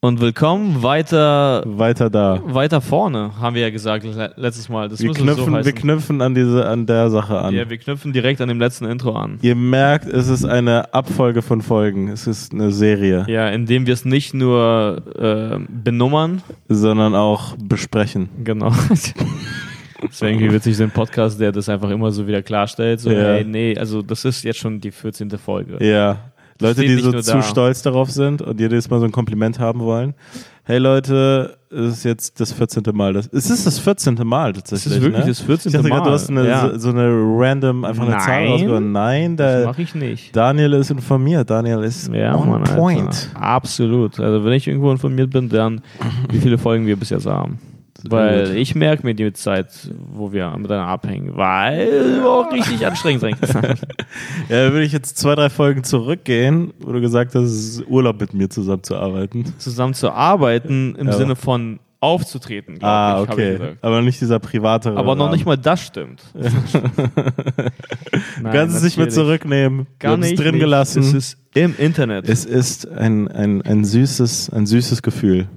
Und willkommen weiter, Weiter da. weiter vorne, haben wir ja gesagt le- letztes Mal. Das Wir müsste so knüpfen, wir heißen. knüpfen an, diese, an der Sache an. ja, wir knüpfen direkt an dem letzten Intro an. Ihr merkt, es ist eine Abfolge von Folgen. Es ist eine Serie, Ja, indem wir es nicht nur äh, benummern, sondern auch besprechen. genau. Deswegen irgendwie witzig so ein Podcast, der das einfach immer so wieder klarstellt. So, Ja. hey, nee, also das ist jetzt schon die 14. Folge. Ja. Leute, steht die nicht so nur zu da. stolz darauf sind und jedes Mal so ein Kompliment haben wollen. Hey Leute, es ist jetzt das 14. Mal. Das, es ist das 14. Mal Das tatsächlich. ist wirklich ne? das 14. Ich dachte Mal. gerade, du hast eine, ja. so, so eine random, einfach eine Zahl Nein. rausgehauen. Nein, das der mache ich nicht. Daniel ist informiert. Daniel ist Ja, on Mann, point. Alter. Absolut. Also wenn ich irgendwo informiert bin, dann wie viele Folgen wir bis jetzt haben. Weil ich merke mir die Zeit, wo wir miteinander abhängen, weil auch richtig anstrengend sein kann. Ja, da würde ich jetzt zwei, drei Folgen zurückgehen, wo du gesagt hast, es ist Urlaub mit mir zusammenzuarbeiten. Zusammen zu arbeiten im Ja. Sinne von aufzutreten, glaube Ah, ich, habe ich okay. gesagt. Aber nicht dieser private Aber noch Rahmen. nicht mal das stimmt. Nein, Du kannst es nicht mehr natürlich. zurücknehmen. Wir Kann haben es ich drin nicht. gelassen. Es ist im Internet. Es ist ein, ein, ein, süßes, ein süßes Gefühl.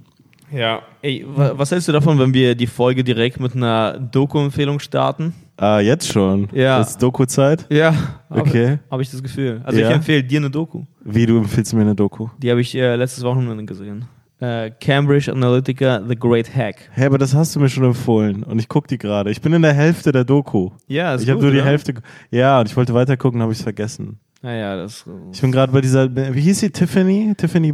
ja. Ey, wa- was hältst du davon, wenn wir die Folge direkt mit einer Doku-Empfehlung starten? Ah, jetzt schon? Ja. Das ist Doku-Zeit? Ja. Okay. Habe ich das Gefühl. Also Ja. ich empfehle dir eine Doku. Wie, du empfiehlst mir eine Doku? Die habe ich äh, letztes Wochenende gesehen. Äh, Cambridge Analytica, The Great Hack. Hä, aber das hast du mir schon empfohlen und ich guck die gerade. Ich bin in der Hälfte der Doku. Ja, ist ich habe gut, nur die oder? Hälfte. ge- Ja, und ich wollte weitergucken, habe ich es vergessen. Naja, das. äh, Ich bin gerade bei dieser, wie hieß sie, Tiffany? Tiffany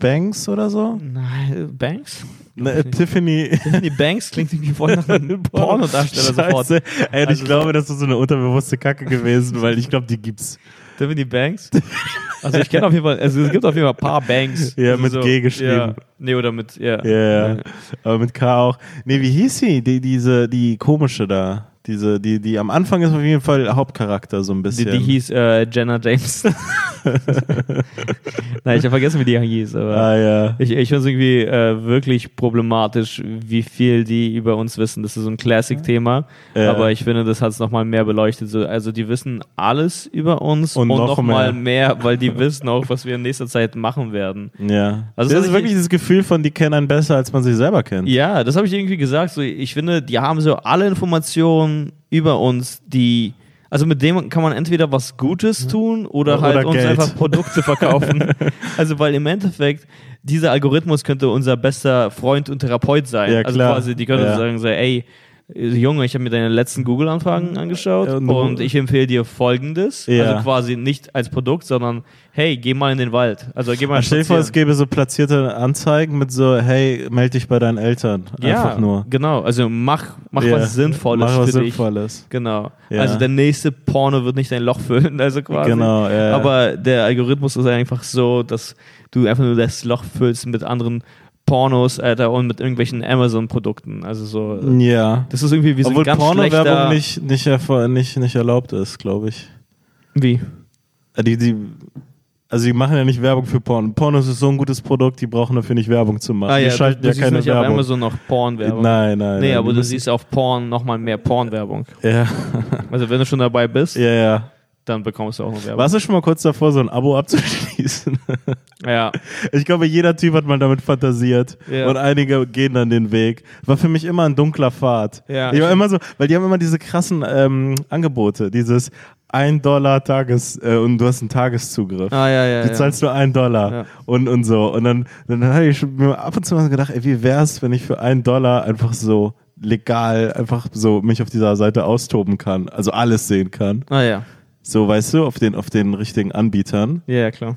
Banks oder so? Nein, Banks? Ne, äh, Tiffany. Die Banks klingt irgendwie voll nach einem Pornodarsteller sofort. Scheiße. Ey, und Also- ich glaube, das ist so eine unterbewusste Kacke gewesen, weil ich glaube, die gibt's. Tiffany Banks? Also ich kenne auf jeden Fall, also es gibt auf jeden Fall ein paar Banks. Ja, Also mit G geschrieben. Ja, nee, oder mit, ja. Ja, ja. aber mit K auch. Nee, wie hieß sie? Die, diese, die komische da. Diese, die, die am Anfang ist auf jeden Fall Hauptcharakter so ein Die, bisschen. die hieß äh, Jenna James. Nein, ich habe vergessen, wie die hieß, aber. Ah ja. Ich, ich finde es irgendwie äh, wirklich problematisch, wie viel die über uns wissen. Das ist so ein Classic-Thema. Ja. Aber ich finde, das hat es nochmal mehr beleuchtet. So, also die wissen alles über uns Und und, noch noch nochmal mehr. weil die wissen auch, was wir in nächster Zeit machen werden. Ja. Also Also das ich- ist wirklich dieses Gefühl von, die kennen einen besser, als man sich selber kennt. Ja, das habe ich irgendwie gesagt. So, ich finde, die haben so alle Informationen über uns, die. Also mit dem kann man entweder was Gutes tun oder, Oder halt uns Geld. einfach Produkte verkaufen. also weil im Endeffekt dieser Algorithmus könnte unser bester Freund und Therapeut sein. Ja, also klar. quasi, die könnte Ja. sagen, so, ey, Junge, ich habe mir deine letzten Google-Anfragen angeschaut Ja, und- und, ich empfehle dir folgendes. Ja. Also quasi nicht als Produkt, sondern hey, geh mal in den Wald. Also geh mal Stell dir vor, spazieren. es gäbe so platzierte Anzeigen mit so, hey, melde dich bei deinen Eltern. Einfach nur. Genau, also mach, mach Ja. was Sinnvolles Mach was für Sinnvolles. dich. Genau. Ja. Also der nächste Porno wird nicht dein Loch füllen, also quasi. Genau, ja, ja. Aber der Algorithmus ist einfach so, dass du einfach nur das Loch füllst mit anderen Pornos, Alter, und mit irgendwelchen Amazon-Produkten. Also so. Ja. Das ist irgendwie wie so Mhm. Obwohl ein ganz schlechter... Pornowerbung nicht, nicht, erfor- nicht, nicht erlaubt ist, glaube ich. Wie? Äh, Die, die, also die machen ja nicht Werbung für Porn. Pornos ist so ein gutes Produkt, die brauchen dafür nicht Werbung zu machen. die Ah du- schalten du ja siehst keine nicht auf Werbung. Amazon noch Porn-Werbung. Nein, nein. Nee, nein, aber die du müssen- siehst auf Porn nochmal mehr Porn-Werbung. Ja, Also wenn du schon dabei bist, ja, ja. dann bekommst du auch noch Werbung. Warst du schon mal kurz davor, so ein Abo abzuschließen? Ja. Ich glaube, jeder Typ hat mal damit fantasiert. Ja. Und einige gehen dann den Weg. War für mich immer ein dunkler Pfad. Ja. Ich war immer so, weil die haben immer diese krassen ähm, Angebote, dieses 1 Dollar Tages, äh, und du hast einen Tageszugriff. Ah, ja, ja. Du ja. zahlst nur einen Dollar Ja. und, und so. Und dann, dann habe ich schon mir ab und zu mal gedacht, ey, wie wär's, wenn ich für einen Dollar einfach so legal einfach so mich auf dieser Seite austoben kann, also alles sehen kann. Ah ja. So, weißt du, auf den, auf den richtigen Anbietern. Ja, ja, klar.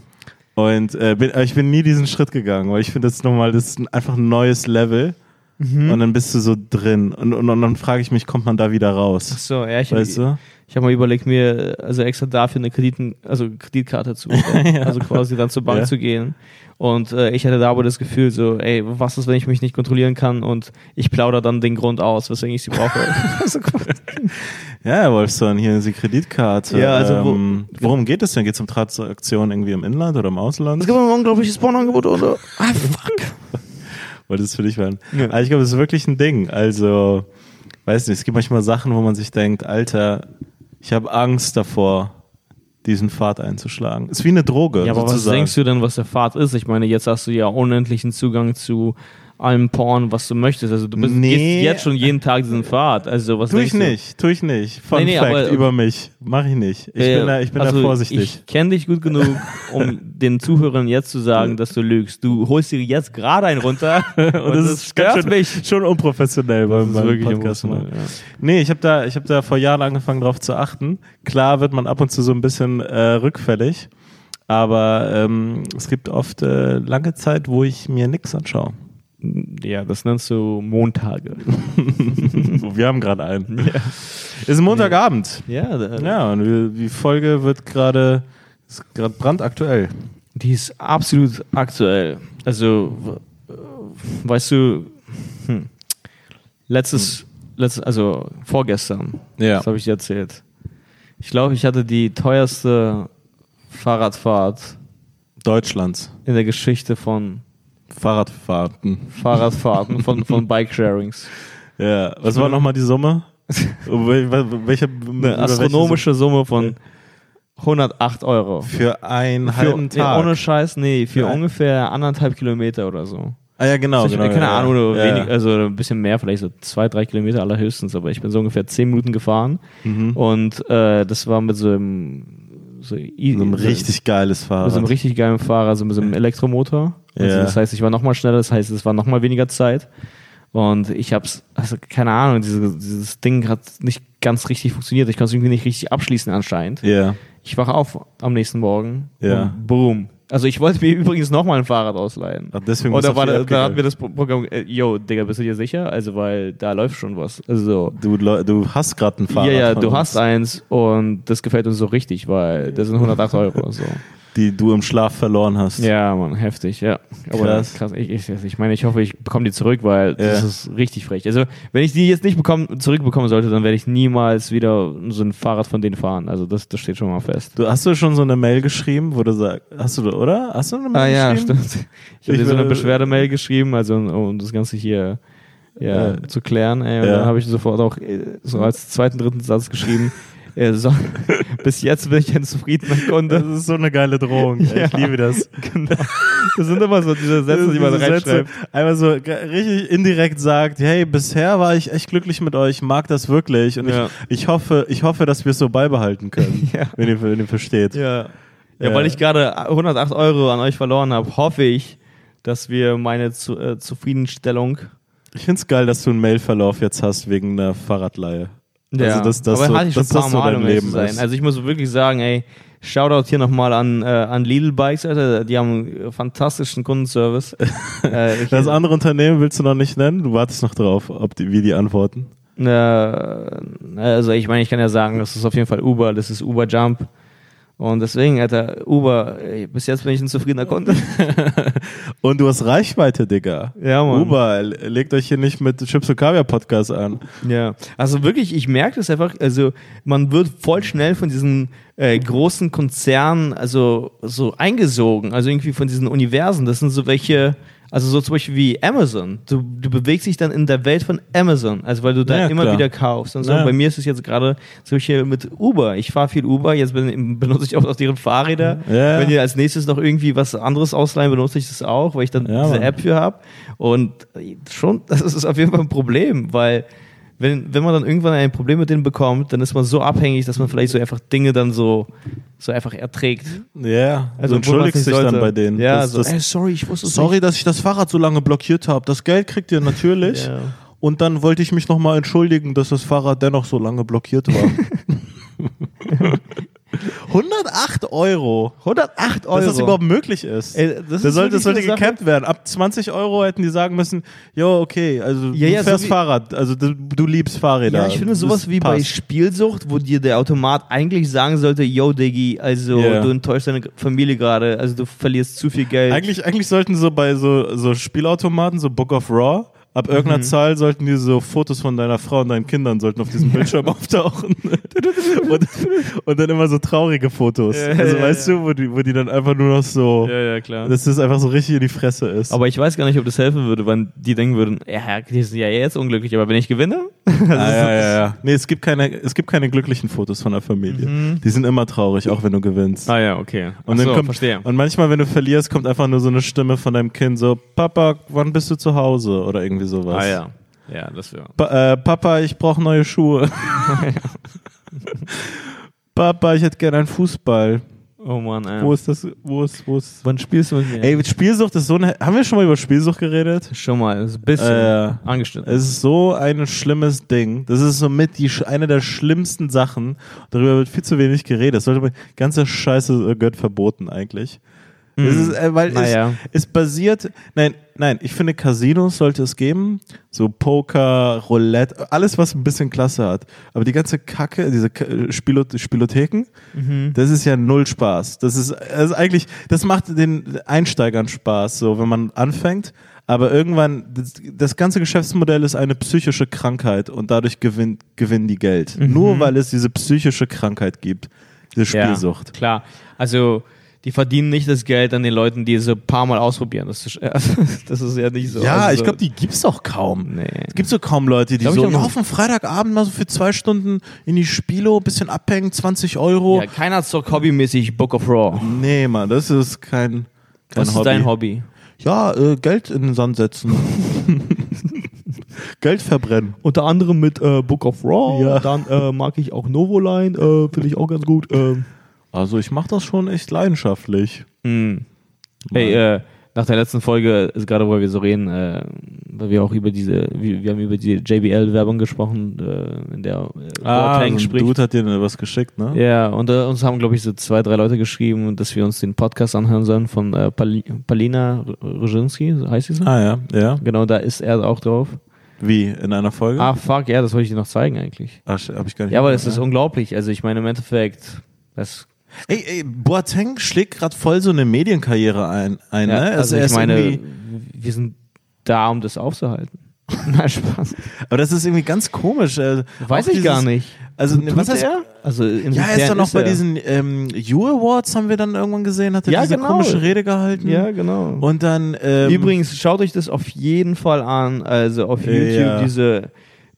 Und äh, bin, aber ich bin nie diesen Schritt gegangen, weil ich finde, das ist nochmal, das ist ein- einfach ein neues Level. Mhm. Und dann bist du so drin. Und, und, und dann frage ich mich, kommt man da wieder raus? So, ja, ich, Weißt du? ich habe mal überlegt, mir äh, also extra dafür eine Krediten, also Kreditkarte zu bekommen. Also quasi dann zur Bank Ja. zu gehen. Und äh, ich hatte da aber das Gefühl, so, ey, was ist, wenn ich mich nicht kontrollieren kann und ich plaudere dann den Grund aus, weswegen ich sie brauche. also, quasi- Ja, Herr Wolfson, hier ist die Kreditkarte. Ja, also wo- ähm, worum geht es denn? Geht es um Transaktionen irgendwie im Inland oder im Ausland? es gibt ein unglaubliches Pornangebot oder? Ah, fuck. Wollte es für dich werden. Ja. Aber ich glaube, es ist wirklich ein Ding. Also, weiß nicht, es gibt manchmal Sachen, wo man sich denkt, Alter, ich habe Angst davor, diesen Pfad einzuschlagen. Ist wie eine Droge. Ja, aber was sozusagen. denkst du denn, was der Pfad ist? Ich meine, jetzt hast du ja unendlichen Zugang zu allem Porn, was du möchtest. Also du bist, Nee. gehst jetzt schon jeden Tag diesen Pfad. Also was Tue denkst ich nicht, tue ich nicht. Fun Nee, nee, Fact aber- über mich. Mache ich nicht. Ich Du? Äh, bin, da, ich bin also, da vorsichtig. Ich kenne dich gut genug, um den Zuhörern jetzt zu sagen, dass du lügst. Du holst dir jetzt gerade einen runter und, das, stört schon, mich. schon unprofessionell beim, beim Podcast. machen. Nee, ich habe da, ich hab da vor Jahren angefangen drauf zu achten. Klar wird man ab und zu so ein bisschen äh, rückfällig, aber ähm, es gibt oft äh, lange Zeit, wo ich mir nichts anschaue. ja. ja, das nennst du Montage. Wir haben gerade einen. Ist Montagabend. Ja, da- Ja, und wir, die Folge wird gerade ist gerade brandaktuell. Die ist absolut aktuell. Also, w- äh, weißt du, hm, letztes, letztes, also vorgestern, Hm. Ja. das habe ich dir erzählt. Ich glaube, ich hatte die teuerste Fahrradfahrt Deutschlands in der Geschichte von Fahrradfahrten. Fahrradfahrten, von, von Bike-Sharings. Ja, was war nochmal die Summe? Wel- wel- welche, Eine über astronomische Summe von 108 Euro. welche Summe? für einen halben Für- Tag. Nee, ohne Scheiß, nee, für Ja. ungefähr anderthalb Kilometer oder so. ah ja, genau. Also ich, genau keine ja, Ahnung, oder ja. wenig, also ein bisschen mehr, vielleicht so zwei, drei Kilometer allerhöchstens, aber ich bin so ungefähr zehn Minuten gefahren und äh, das war mit so einem, so, i- So ein richtig geiles Fahrrad. mit so einem richtig geilen Fahrer, so mit so einem Elektromotor. Also Ja. das heißt, ich war nochmal schneller, das heißt, es war nochmal weniger Zeit. Und ich hab's, also keine Ahnung, diese, dieses Ding hat nicht ganz richtig funktioniert. Ich konnte es irgendwie nicht richtig abschließen anscheinend. ja. Ich wache auf am nächsten Morgen. Ja. Und boom. Also ich wollte mir übrigens nochmal ein Fahrrad ausleihen. Ach, deswegen bist Oder du war da, viel da abgegangen. hat mir das Pro- Programm, äh, yo, Digga, bist du dir sicher? Also, weil da läuft schon was. Also, Du, leu- du hast gerade ein Fahrrad. ja, ja, von du uns, hast eins und das gefällt uns so richtig, weil das sind 108 Euro oder so. Die du im Schlaf verloren hast. Ja, Mann, heftig, ja. Aber Krass. krass. Ich, ich, ich meine, ich hoffe, ich bekomme die zurück, weil das Ja. ist richtig frech. Also, wenn ich die jetzt nicht bekomm, zurückbekommen sollte, dann werde ich niemals wieder so ein Fahrrad von denen fahren. Also, das, das steht schon mal fest. Du hast du schon so eine Mail geschrieben, wo du sagst, hast du, oder? Hast du eine Mail Ah ja, geschrieben? stimmt. Ich habe Ich dir so eine will- Beschwerdemail geschrieben, also um, um das Ganze hier ja, Ja. zu klären. Ey, und Ja. dann habe ich sofort auch äh, so als zweiten, dritten Satz geschrieben. äh, so, bis jetzt bin ich ein zufriedener Das Kunde. ist so eine geile Drohung. ey. Ich Ja. liebe das. Genau. Das sind immer so diese Sätze, die man Diese Sätze, reinschreibt. Einmal so g- richtig indirekt sagt, hey, bisher war ich echt glücklich mit euch, mag das wirklich und Ja. ich, ich hoffe, ich hoffe, dass wir es so beibehalten können, Ja. wenn, ihr, wenn ihr versteht. Ja. Ja. ja, weil ich gerade 108 Euro an euch verloren habe, hoffe ich, dass wir meine zu, äh, Zufriedenstellung. Ich find's geil, dass du einen Mailverlauf jetzt hast wegen einer Fahrradleihe. Also, dass das Aber so- hatte ich schon dass ein paar das so Mal, um dein ehrlich Leben zu sein. ist. Also ich muss wirklich sagen, ey, Shoutout hier nochmal an, äh, an Lidl Bikes, Alter. Die haben einen fantastischen Kundenservice. äh, ich, Das andere Unternehmen willst du noch nicht nennen? Du wartest noch drauf, ob die, wie die antworten. äh, also ich meine, ich kann ja sagen, das ist auf jeden Fall Uber, das ist Uber Jump. Und deswegen, Alter, Uber, ey, bis jetzt bin ich ein zufriedener Kunde. Und du hast Reichweite, Digga. Ja, Mann. Uber, le- legt euch hier nicht mit Chips und Kaviar Podcast an. Ja, also wirklich, ich merke das einfach, also man wird voll schnell von diesen äh, großen Konzernen, also so eingesogen, also irgendwie von diesen Universen, das sind so welche, also so zum Beispiel wie Amazon, du, du bewegst dich dann in der Welt von Amazon, also weil du da Ja, immer klar. wieder kaufst und so. Ja. Bei mir ist es jetzt gerade solche mit Uber, ich fahre viel Uber, jetzt bin, benutze ich auch noch deren Fahrräder, Ja. wenn die als nächstes noch irgendwie was anderes ausleihen, benutze ich das auch, weil ich dann Ja, diese Mann. App für habe. Und schon, das ist auf jeden Fall ein Problem, weil wenn, wenn man dann irgendwann ein Problem mit denen bekommt, dann ist man so abhängig, dass man vielleicht so einfach Dinge dann so, so einfach erträgt. Ja, also du obwohl man's entschuldigst nicht dich sollte. dann bei denen. Ja, also Das- so, das- ey, sorry, ich wusste es Sorry, dass ich das Fahrrad so lange blockiert habe. Das Geld kriegt ihr natürlich. Ja. Und dann wollte ich mich nochmal entschuldigen, dass das Fahrrad dennoch so lange blockiert war. 108 Euro. 108 Euro. Dass das überhaupt möglich ist. Ey, das das ist sollte, das sollte wirklich eine gecapped werden. Ab 20 Euro hätten die sagen müssen, jo, okay, also Ja, du ja, so fährst wie- Fahrrad, also du, du liebst Fahrräder. Ja, ich finde Das sowas wie bei passt. Spielsucht, wo dir der Automat eigentlich sagen sollte, yo Diggi, also Ja. du enttäuschst deine Familie gerade, also du verlierst zu viel Geld. Eigentlich, eigentlich sollten so bei so, so Spielautomaten, so Book of Raw, ab Mhm. irgendeiner Zahl sollten die so Fotos von deiner Frau und deinen Kindern sollten auf diesem Bildschirm auftauchen. und, und dann immer so traurige Fotos. Ja, also ja, weißt du, wo die, wo die dann einfach nur noch so, ja, klar. dass das einfach so richtig in die Fresse ist. Aber ich weiß gar nicht, ob das helfen würde, wenn die denken würden, ja, die sind ja jetzt unglücklich, aber wenn ich gewinne, ah, ja, ja, ja. Nee, es gibt, keine, es gibt keine glücklichen Fotos von der Familie. Mhm. Die sind immer traurig, auch wenn du gewinnst. Ah ja, okay. Und, Ach so, kommt, verstehe. und manchmal, wenn du verlierst, kommt einfach nur so eine Stimme von deinem Kind so, Papa, wann bist du zu Hause? Oder irgendwie sowas. Ah ja. Ja, das wäre. Pa äh, Papa, ich brauche neue Schuhe. Papa, ich hätte gerne einen Fußball. Oh Mann, ey. Wo ist das? Wo ist, wo ist? Wann spielst du mit mir? Ey, Spielsucht ist so eine. Haben wir schon mal über Spielsucht geredet? Schon mal, ist ein bisschen Äh, angeschnitten. Es ist so ein schlimmes Ding. Das ist somit die, sch- eine der schlimmsten Sachen. Darüber wird viel zu wenig geredet. Sollte man, ganze Scheiße äh, gehört verboten eigentlich. Es ist, äh, weil Hm. Naja. es, es basiert, nein, nein, ich finde Casinos sollte es geben, so Poker, Roulette, alles was ein bisschen Klasse hat. Aber die ganze Kacke, diese K äh, Spielot Spielotheken, Mhm. das ist ja null Spaß. Das ist, das ist eigentlich, das macht den Einsteigern Spaß, so wenn man anfängt. Aber irgendwann, das, das ganze Geschäftsmodell ist eine psychische Krankheit und dadurch gewinnt, gewinnen die Geld. Nur weil es diese psychische Krankheit gibt, diese Spielsucht. Mhm. Ja, klar. Also, die verdienen nicht das Geld an den Leuten, die es ein paar Mal ausprobieren. Das ist, das ist ja nicht so. Ja, also, ich glaube, die gibt's auch kaum. Nee. Es gibt so kaum Leute, die Glaub ich so auch nicht. auf dem Freitagabend mal so für zwei Stunden in die Spielo, bisschen abhängen, 20 Euro. Ja, keiner zockt hobbymäßig Book of Raw. Nee, Mann, das ist kein, kein Was ist dein Hobby? Ja, äh, Geld in den Sand setzen. Geld verbrennen. Unter anderem mit äh, Book of Raw. Dann äh, mag ich auch Novoline. äh, Finde ich auch ganz gut. Ähm, Also ich mache das schon echt leidenschaftlich. Hey, äh, nach der letzten Folge, ist gerade wo wir so reden, äh, weil wir auch über diese, wir, wir haben über die JBL-Werbung gesprochen, äh, in der äh, Boateng Ah, so ein spricht. Dude hat dir da was geschickt, ne? Ja, und äh, uns haben, glaube ich, so zwei, drei Leute geschrieben, dass wir uns den Podcast anhören sollen von äh, Pal Palina Rozinski, heißt sie so? Ah ja, ja. Genau, da ist er auch drauf. Wie, in einer Folge? Ah, fuck, ja, das wollte ich dir noch zeigen eigentlich. Ach, shit, hab ich gar nicht Ja, aber das gehört, ist unglaublich. Also ich meine, im Endeffekt, das ne? Ey, ey, Boateng schlägt gerade voll so eine Medienkarriere ein, ein ja, ne? also ich er ist meine, irgendwie- wir sind da, um das aufzuhalten. Na, Spaß. Aber das ist irgendwie ganz komisch. äh, Weiß auch ich gar dieses- nicht. Also, ne, was heißt Also Ja, er ist doch noch bei diesen ähm, U Awards, haben wir dann irgendwann gesehen, hat er Ja, diese genau. komische Rede gehalten. Ja, genau. Und dann. Ähm, Übrigens, schaut euch das auf jeden Fall an. Also auf Ja. YouTube diese,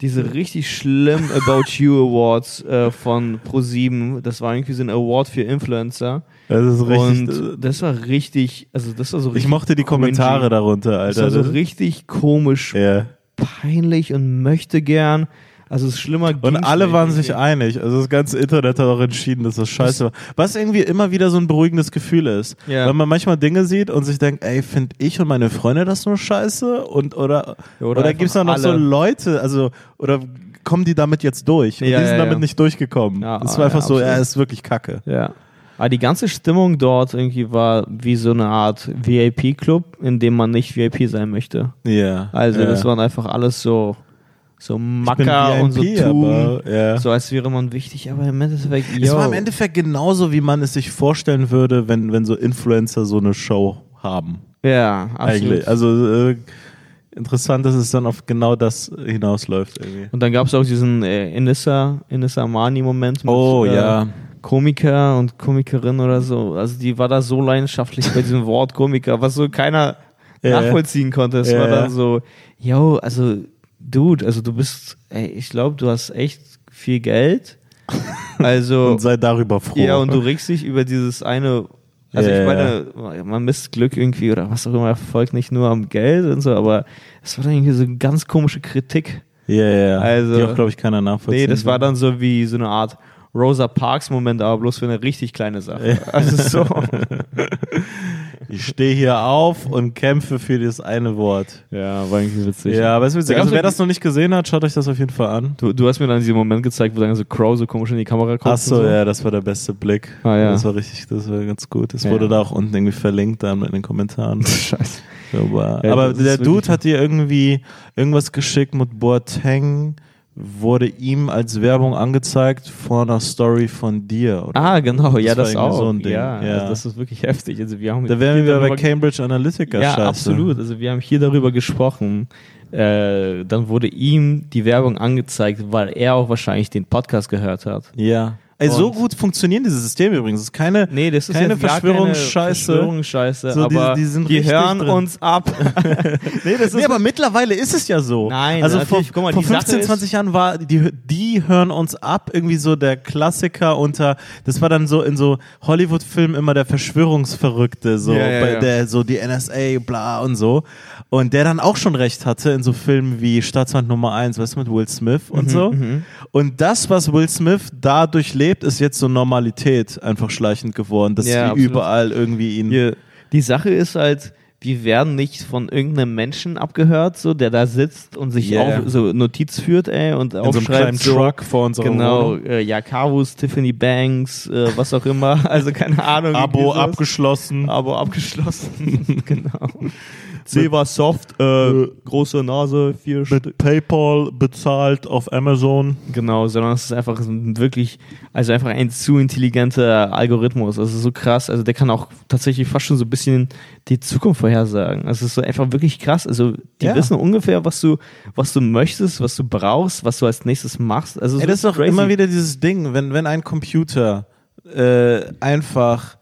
diese richtig schlimm About You Awards äh, von Pro7. Das war irgendwie so ein Award für Influencer. Das ist richtig. Und äh, das war richtig, also das war so richtig. ich mochte die Kommentare cringy. darunter, Das Alter. war so Das- richtig komisch, ja. peinlich und möchte gern. Also es ist schlimmer Und ging's alle nicht. waren sich einig. Also das ganze Internet hat auch entschieden, dass das scheiße war. Was irgendwie immer wieder so ein beruhigendes Gefühl ist. Ja. Weil man manchmal Dinge sieht und sich denkt, ey, finde ich und meine Freunde das nur scheiße? Und oder, Ja, oder, oder gibt es noch einfach so alle. Leute, also oder kommen die damit jetzt durch? Und Ja, die sind ja, damit ja. nicht durchgekommen. Ja, das war einfach ja, so, absolut. er ist wirklich kacke. Ja. Aber die ganze Stimmung dort irgendwie war wie so eine Art VIP-Club, in dem man nicht VIP sein möchte. Ja. Also ja. das waren einfach alles so, so bin Macker und so VIP, Tun. aber, ja. So als wäre man wichtig, aber im Endeffekt, Es yo. war im Endeffekt genauso, wie man es sich vorstellen würde, wenn, wenn so Influencer so eine Show haben. ja, absolut. Eigentlich. Also äh, interessant, dass es dann auf genau das hinausläuft irgendwie. und dann gab es auch diesen äh, Inissa, Inissa Mani-Moment mit Oh, äh, ja. Komiker und Komikerin oder so. Also die war da so leidenschaftlich bei diesem Wort Komiker, was so keiner Ja. nachvollziehen konnte. Es Ja. war dann so, yo, also Dude, also du bist, ey, ich glaube, du hast echt viel Geld. Also Und sei darüber froh. Ja, und du regst dich über dieses eine. Also Ja, ich meine, man misst Glück irgendwie oder was auch immer, Erfolg nicht nur am Geld und so, aber es war dann irgendwie so eine ganz komische Kritik. Ja, ja, ja. Also- Die auch, glaube ich, keiner nachvollziehen. Nee, das war kann. dann so wie so eine Art Rosa Parks-Moment, aber bloß für eine richtig kleine Sache. Also so. Ich stehe hier auf und kämpfe für das eine Wort. Ja, war irgendwie witzig. Ja, aber es ist Da witzig. gab's Also, wer irgendwie- das noch nicht gesehen hat, schaut euch das auf jeden Fall an. Du, du hast mir dann diesen Moment gezeigt, wo dann so Crow so komisch in die Kamera guckt. Ach und so, ja, das war der beste Blick. Ah, ja. Das war richtig, das war ganz gut. Das Ja. wurde da auch unten irgendwie verlinkt dann in den Kommentaren. Scheiße. Aber, Ja, aber das ist der Dude wirklich- hat dir irgendwie irgendwas geschickt mit Boateng, wurde ihm als Werbung angezeigt vor einer Story von dir. Oder? Ah, genau, ja, war das, irgendwie auch. so ein Ding. Ja, Ja. Also das ist wirklich heftig. Also wir haben da wären wir darüber bei Cambridge Analytica. Ja, Scheiße. absolut. Also wir haben hier darüber gesprochen. Äh, dann wurde ihm die Werbung angezeigt, weil er auch wahrscheinlich den Podcast gehört hat. Ja. Also so gut funktionieren diese Systeme übrigens. Es ist keine, Nee, das ist keine jetzt gar Verschwörungsscheiße. Keine Verschwörungsscheiße, So, die- aber die sind richtig hören drin. uns ab. nee, das Nee, aber mittlerweile ist es ja so. Nein, also vor, natürlich. Guck mal, vor die Sache 15, ist- 20 Jahren war, die, die hören uns ab, irgendwie so der Klassiker unter, das war dann so in so Hollywood-Filmen immer der Verschwörungsverrückte, so, Ja, ja, bei ja. Der, so die NSA, bla und so. Und der dann auch schon recht hatte in so Filmen wie Staatsmann Nummer 1, weißt du, mit Will Smith und Mhm, so. Und das, was Will Smith dadurch lebt, ist jetzt so Normalität einfach schleichend geworden, dass Ja, sie absolut. überall irgendwie ihn. Hier, die Sache ist halt, wir werden nicht von irgendeinem Menschen abgehört, so, der da sitzt und sich Yeah. auf, so Notiz führt, ey, und In so einem aufschreibt. kleinen Truck vor unserer Genau, Wohnung. äh, ja, Carus, Tiffany Banks, äh, was auch immer. Also keine Ahnung. wie Abo dieses- abgeschlossen. Abo abgeschlossen. genau. Seva Soft, äh, große Nase, vier Stück. mit PayPal bezahlt auf Amazon. Genau, sondern es ist einfach so ein wirklich, also einfach ein zu intelligenter Algorithmus. Also so krass. Also der kann auch tatsächlich fast schon so ein bisschen die Zukunft vorhersagen. Also es ist so einfach wirklich krass. Also die Ja. wissen ungefähr, was du, was du möchtest, was du brauchst, was du als nächstes machst. Also Ey, das ist doch immer wieder dieses Ding, wenn, wenn ein Computer äh, einfach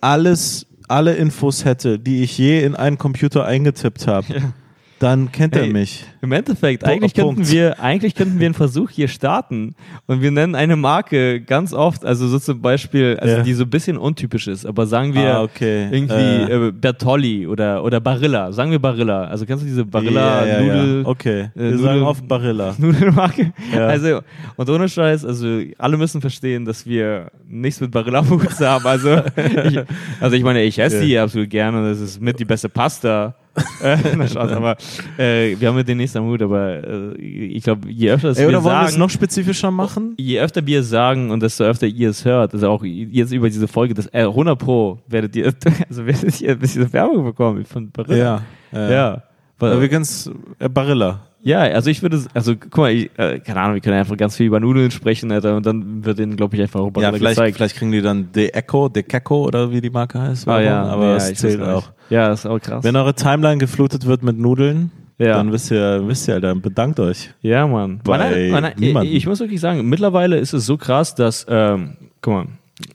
alles, alle Infos hätte, die ich je in einen Computer eingetippt habe, dann kennt Hey. er mich. Im Endeffekt, Pu- eigentlich könnten, Punkt. wir, eigentlich könnten wir einen Versuch hier starten und wir nennen eine Marke ganz oft, also so zum Beispiel, also Ja. die so ein bisschen untypisch ist, aber sagen wir Ah, okay. irgendwie Äh. äh, Bertolli oder, oder Barilla, sagen wir Barilla. Also kennst du diese Barilla Ja, ja, ja. Nudel, äh, Okay, wir Nudel- sagen oft Barilla. Nudelmarke? Ja. Also, und ohne Scheiß, also alle müssen verstehen, dass wir nichts mit Barilla Foods haben. Also ich, also ich meine, ich esse die absolut gerne und das ist mit die beste Pasta. äh, na, Spaß, aber äh, wir haben mit denen nichts am Hut, aber äh, ich glaube, je öfter es Ey, wir oder wollen wir es sagen, noch spezifischer machen? je öfter wir es sagen und desto öfter ihr es hört, also auch jetzt über diese Folge, das äh, 100 Pro werdet ihr, also werdet ihr ein bisschen Werbung bekommen von Barilla. ja. ja. Aber wir können es äh, Barilla. Ja, also ich würde, also guck mal, ich, äh, keine Ahnung, wir können einfach ganz viel über Nudeln sprechen, Alter, und dann wird denen, glaube ich, einfach Europa Ja, vielleicht, gezeigt. vielleicht kriegen die dann De Echo, De Kecko oder wie die Marke heißt. Ah, ja, aber ja, es ich weiß zählt gar nicht. auch. Ja, das ist auch krass. Wenn eure Timeline geflutet wird mit Nudeln, Ja. dann wisst ihr, wisst ihr, dann bedankt euch. ja, Mann. Bei niemandem. ich, ich muss wirklich sagen, mittlerweile ist es so krass, dass, ähm, guck mal,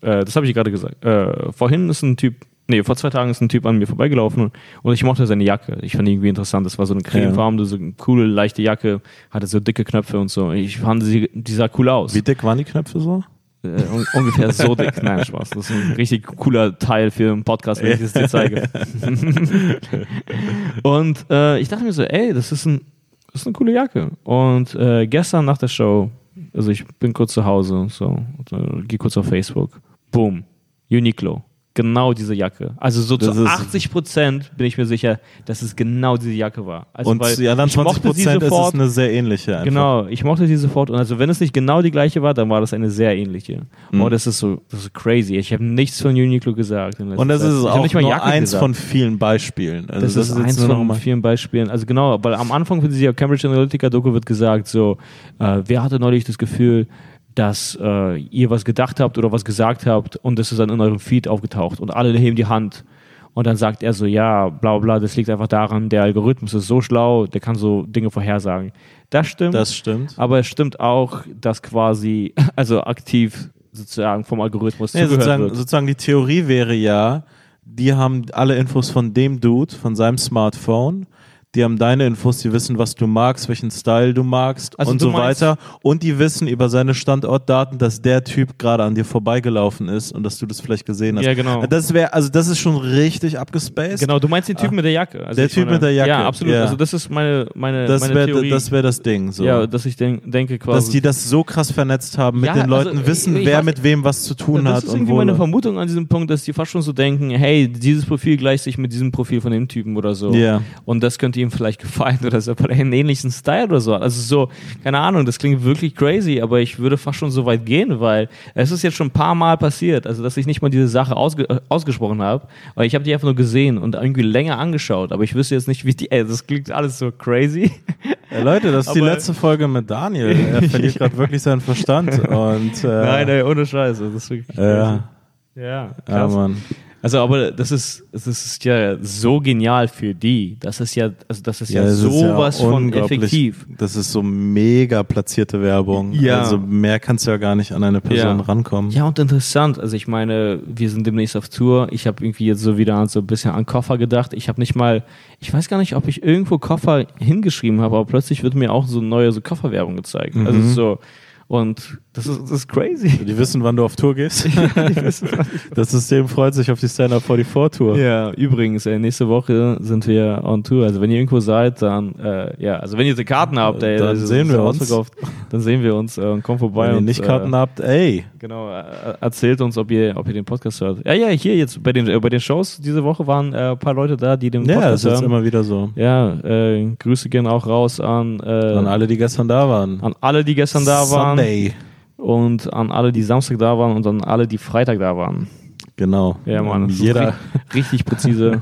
äh, das habe ich gerade gesagt. Äh, vorhin ist ein Typ, nee, vor zwei Tagen ist ein Typ an mir vorbeigelaufen und, und ich mochte seine Jacke. Ich fand die irgendwie interessant. Das war so eine cremefarbene, so eine coole, leichte Jacke, hatte so dicke Knöpfe und so. Ich fand, sie, die sah cool aus. Wie dick waren die Knöpfe so? Äh, un ungefähr so dick. Nein, Spaß. Das ist ein richtig cooler Teil für einen Podcast, wenn ich das dir zeige. und äh, ich dachte mir so, ey, das ist, ein, das ist eine coole Jacke. Und äh, gestern nach der Show, also ich bin kurz zu Hause und so, und, äh, geh kurz auf Facebook. Boom. Uniqlo. Genau diese Jacke. Also so Das zu ist- 80 Prozent bin ich mir sicher, dass es genau diese Jacke war. Also Und weil ja, dann ich mochte 20 sie Prozent ist es sofort. eine sehr ähnliche. Einfach. Genau, ich mochte die sofort. Und also wenn es nicht genau die gleiche war, dann war das eine sehr ähnliche. Hm. Oh, das ist so das ist crazy. Ich habe nichts von Uniqlo gesagt. in letzter Und das Zeit. ist Ich hab auch nicht mal nur Jacke eins gesagt. von vielen Beispielen. Also Das, ist, jetzt eins nur noch von mal- vielen Beispielen. Also genau, weil am Anfang von dieser Cambridge Analytica-Doku wird gesagt, so, äh, wer hatte neulich das Gefühl, dass äh, ihr was gedacht habt oder was gesagt habt und das ist dann in eurem Feed aufgetaucht und alle heben die Hand. Und dann sagt er so, ja, bla bla, das liegt einfach daran, der Algorithmus ist so schlau, der kann so Dinge vorhersagen. Das stimmt. Das stimmt. Aber es stimmt auch, dass quasi, also aktiv sozusagen vom Algorithmus Nee, zugehört sozusagen, wird. sozusagen die Theorie wäre ja, die haben alle Infos von dem Dude, von seinem Smartphone. Die haben deine Infos, die wissen, was du magst, welchen Style du magst Also und du so meinst- weiter. Und die wissen über seine Standortdaten, dass der Typ gerade an dir vorbeigelaufen ist und dass du das vielleicht gesehen hast. Ja, genau. Das wäre, also das ist schon richtig abgespaced. Genau, du meinst den Typen mit der Jacke. Also Der ich Typ mit der Jacke, Ja, absolut. ja. Also das ist meine, meine, Das meine wäre Theorie. das, wär das Ding. So. ja, dass ich denk, denke quasi. dass die das so krass vernetzt haben, mit Ja, den also, Leuten wissen, ich- ich wer weiß- mit wem was zu tun das hat ist und irgendwie wo. ne meine Vermutung an diesem Punkt, dass die fast schon so denken, hey, dieses Profil gleicht sich mit diesem Profil von dem Typen oder so. Ja. Und das könnte ihm vielleicht gefallen oder so, weil er einen ähnlichen Style oder so hat. Also so, keine Ahnung, das klingt wirklich crazy, aber ich würde fast schon so weit gehen, weil es ist jetzt schon ein paar Mal passiert, also dass ich nicht mal diese Sache ausge äh, ausgesprochen habe, weil ich habe die einfach nur gesehen und irgendwie länger angeschaut, aber ich wüsste jetzt nicht, wie die, ey, das klingt alles so crazy. Äh, Leute, das ist die Aber- letzte Folge mit Daniel. Er verliert gerade wirklich seinen Verstand. Und, äh, Nein, ey, ohne Scheiße, das ist wirklich crazy. Ja, Ja, ja krass. Mann. Also, aber das ist, das ist ja so genial für die. Das ist ja, also das ist ja, ja das sowas ist ja von effektiv. Das ist so mega platzierte Werbung. Ja. Also mehr kannst du ja gar nicht an eine Person ja. rankommen. Ja, und interessant. Also ich meine, wir sind demnächst auf Tour. Ich habe irgendwie jetzt so wieder an so ein bisschen an Koffer gedacht. Ich habe nicht mal, ich weiß gar nicht, ob ich irgendwo Koffer hingeschrieben habe, aber plötzlich wird mir auch so neue so Kofferwerbung gezeigt. Mhm. Also so. Und das ist, das ist crazy. Die wissen, wann du auf Tour gehst. das System freut sich auf die Stand-Up 44 Tour. Ja, übrigens, ey, nächste Woche sind wir on Tour. Also wenn ihr irgendwo seid, dann, äh, ja, also wenn ihr die Karten habt, ey, Äh, dann sehen wir uns. Dann sehen wir uns äh, und kommt vorbei. Wenn und, ihr nicht Karten äh, habt, ey. Genau, erzählt uns, ob ihr, ob ihr den Podcast hört. Ja, ja, hier jetzt bei den, äh, bei den Shows diese Woche waren ein paar Leute da, die den Podcast ja, das hören. Ja, ist immer wieder so. Ja, äh, Grüße gehen auch raus an... äh, an alle, die gestern da waren. An alle, die gestern da waren. Sunday und an alle, die Samstag da waren und an alle, die Freitag da waren. Genau. Ja, Mann. Jeder. Richtig, präzise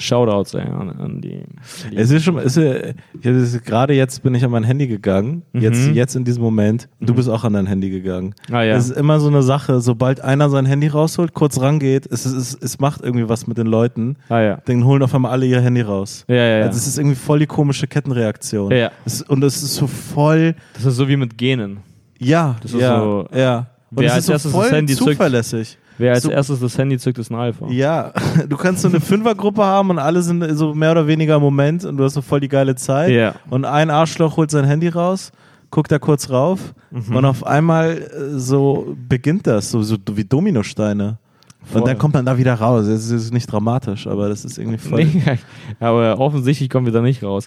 Shoutouts ey, an, an die, die, Es ist schon, es ist, gerade jetzt bin ich an mein Handy gegangen, mhm. jetzt, jetzt in diesem Moment. Du mhm. bist auch an dein Handy gegangen. Ah, ja. Es ist immer so eine Sache, sobald einer sein Handy rausholt, kurz rangeht, es, es, es macht irgendwie was mit den Leuten. Ah, ja. Dann holen auf einmal alle ihr Handy raus. Ja, ja, ja. Also es ist irgendwie voll die komische Kettenreaktion. Ja. Es, und es ist so voll. Das ist so wie mit Genen. Ja, das ja, ist so, ja. Und wer als so erstes das Handy zuverlässig. Zückt, wer als so, erstes das Handy zückt, ist ein Alpha. Ja, du kannst so eine Fünfergruppe haben und alle sind so mehr oder weniger im Moment und du hast so voll die geile Zeit. Ja. Und ein Arschloch holt sein Handy raus, guckt da kurz rauf mhm. und auf einmal äh, so beginnt das, so, so wie Dominosteine. Voll. Und dann kommt man da wieder raus. Es ist nicht dramatisch, aber das ist irgendwie voll. Nee, aber offensichtlich kommen wir da nicht raus.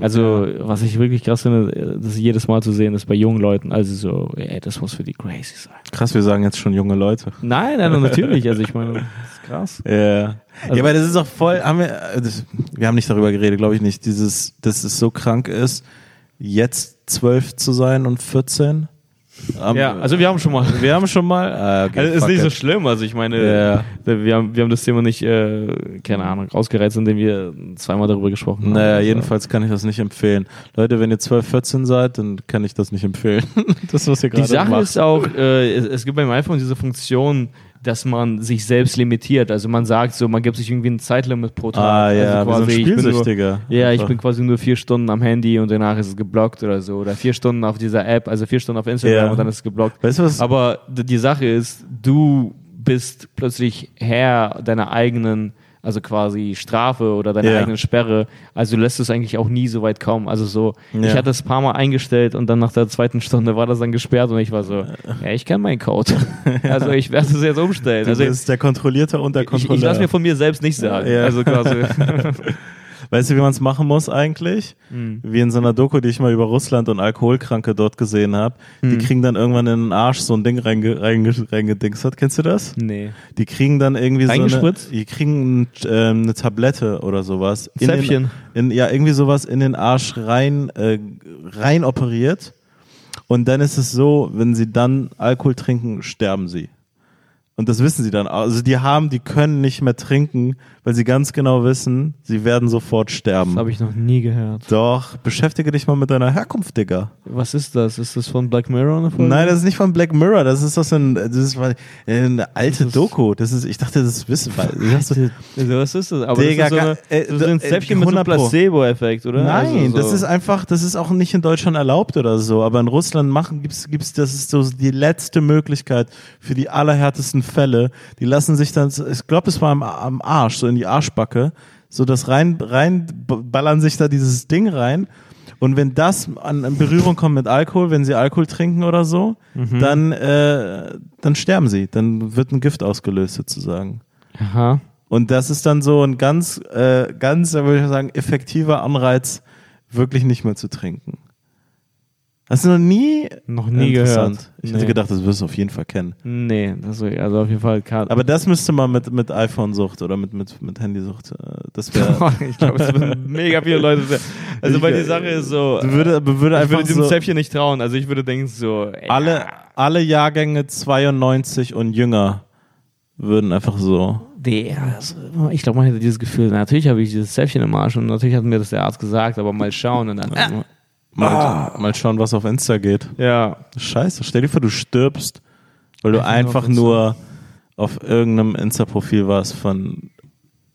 Also, ja. was ich wirklich krass finde, das jedes Mal zu sehen ist bei jungen Leuten. Also so, ey, das muss für die crazy sein. Krass, wir sagen jetzt schon junge Leute. Nein, nein, natürlich. Also ich meine, das ist krass. Ja. Also, ja, aber das ist auch voll, haben wir, äh, das, wir haben nicht darüber geredet, glaube ich nicht, dieses, dass es so krank ist, jetzt zwölf zu sein und 14. Um, ja, also wir haben schon mal. Wir haben schon mal. Ah, okay, also ist nicht it. so schlimm. Also ich meine, yeah. wir, haben, wir haben das Thema nicht, äh, keine Ahnung, rausgereizt, indem wir zweimal darüber gesprochen haben. Naja, also. jedenfalls kann ich das nicht empfehlen. Leute, wenn ihr 12, 14 seid, dann kann ich das nicht empfehlen. das, was ihr gerade Die Sache macht. ist auch, äh, es gibt beim iPhone diese Funktion, dass man sich selbst limitiert. Also man sagt so, man gibt sich irgendwie ein Zeitlimit pro Tag. Ah ja, also quasi, so Spielsüchtiger. Ich nur, ja, ich bin quasi nur vier Stunden am Handy und danach ist es geblockt oder so. Oder vier Stunden auf dieser App, also vier Stunden auf Instagram ja. und dann ist es geblockt. Weißt du was? Aber die Sache ist, du bist plötzlich Herr deiner eigenen also quasi Strafe oder deine yeah. eigene Sperre. Also du lässt es eigentlich auch nie so weit kommen. Also so, yeah. ich hatte es ein paar Mal eingestellt und dann nach der zweiten Stunde war das dann gesperrt und ich war so, ja, ich kenne meinen Code. ja. Also ich werde es jetzt umstellen. Du also bist der Kontrollierte und der Kontrolleur. Ich, ich lasse mir von mir selbst nicht sagen. Ja. Also quasi. Weißt du, wie man es machen muss eigentlich? Hm. Mhm. Wie in so einer Doku, die ich mal über Russland und Alkoholkranke dort gesehen habe. Hm. Mhm. Die kriegen dann irgendwann in den Arsch so ein Ding reinge reinge reingedingst hat. Kennst du das? Nee. Die kriegen dann irgendwie so eine, die kriegen äh, eine Tablette oder sowas. In Zäpfchen. Den, in, ja, irgendwie sowas in den Arsch rein, äh, rein operiert. Und dann ist es so, wenn sie dann Alkohol trinken, sterben sie. Und das wissen sie dann. Also die haben, die können nicht mehr trinken, weil sie ganz genau wissen, sie werden sofort sterben. Das habe ich noch nie gehört. Doch, beschäftige dich mal mit deiner Herkunft, Digga. Was ist das? Ist das von Black Mirror eine Folge? Nein, das ist nicht von Black Mirror. Das ist das ein, das ist äh, eine alte das Doku. Das ist, ich dachte, das wissen wir. also was ist das? Aber Digga, das ist so, eine, äh, so ein Zäpfchen mit so einem Placebo-Effekt, oder? Nein, also so. das ist einfach, das ist auch nicht in Deutschland erlaubt oder so. Aber in Russland machen, gibt's, gibt's, das ist so die letzte Möglichkeit für die allerhärtesten Fälle, die lassen sich dann, ich glaube, es war am, am, Arsch, so in die Arschbacke, so das rein, rein, ballern sich da dieses Ding rein. Und wenn das an, an Berührung kommt mit Alkohol, wenn sie Alkohol trinken oder so, mhm. dann, äh, dann sterben sie. Dann wird ein Gift ausgelöst sozusagen. Aha. Und das ist dann so ein ganz, äh, ganz, würde ich sagen, effektiver Anreiz, wirklich nicht mehr zu trinken. Hast du noch nie? Noch nie gehört. Ich nee. hätte gedacht, das wirst du auf jeden Fall kennen. Nee, also, also auf jeden Fall Karte. Aber das müsste man mit, mit iPhone-Sucht oder mit, mit, mit Handysucht. äh, Das wäre. ich glaube, es würden mega viele Leute. Also ich, weil die Sache ist so. Du würde, würde ich würde diesem so, Zäpfchen nicht trauen. Also ich würde denken, so. Ey, alle, alle Jahrgänge 92 und jünger würden einfach so. Der, also ich glaube, man hätte dieses Gefühl, natürlich habe ich dieses Zäpfchen im Arsch und natürlich hat mir das der Arzt gesagt, aber mal schauen und dann. Ah. Mal, ah. mal, schauen, was auf Insta geht. Ja. Scheiße, stell dir vor, du stirbst, weil du einfach, einfach nur auf irgendeinem Insta-Profil war es von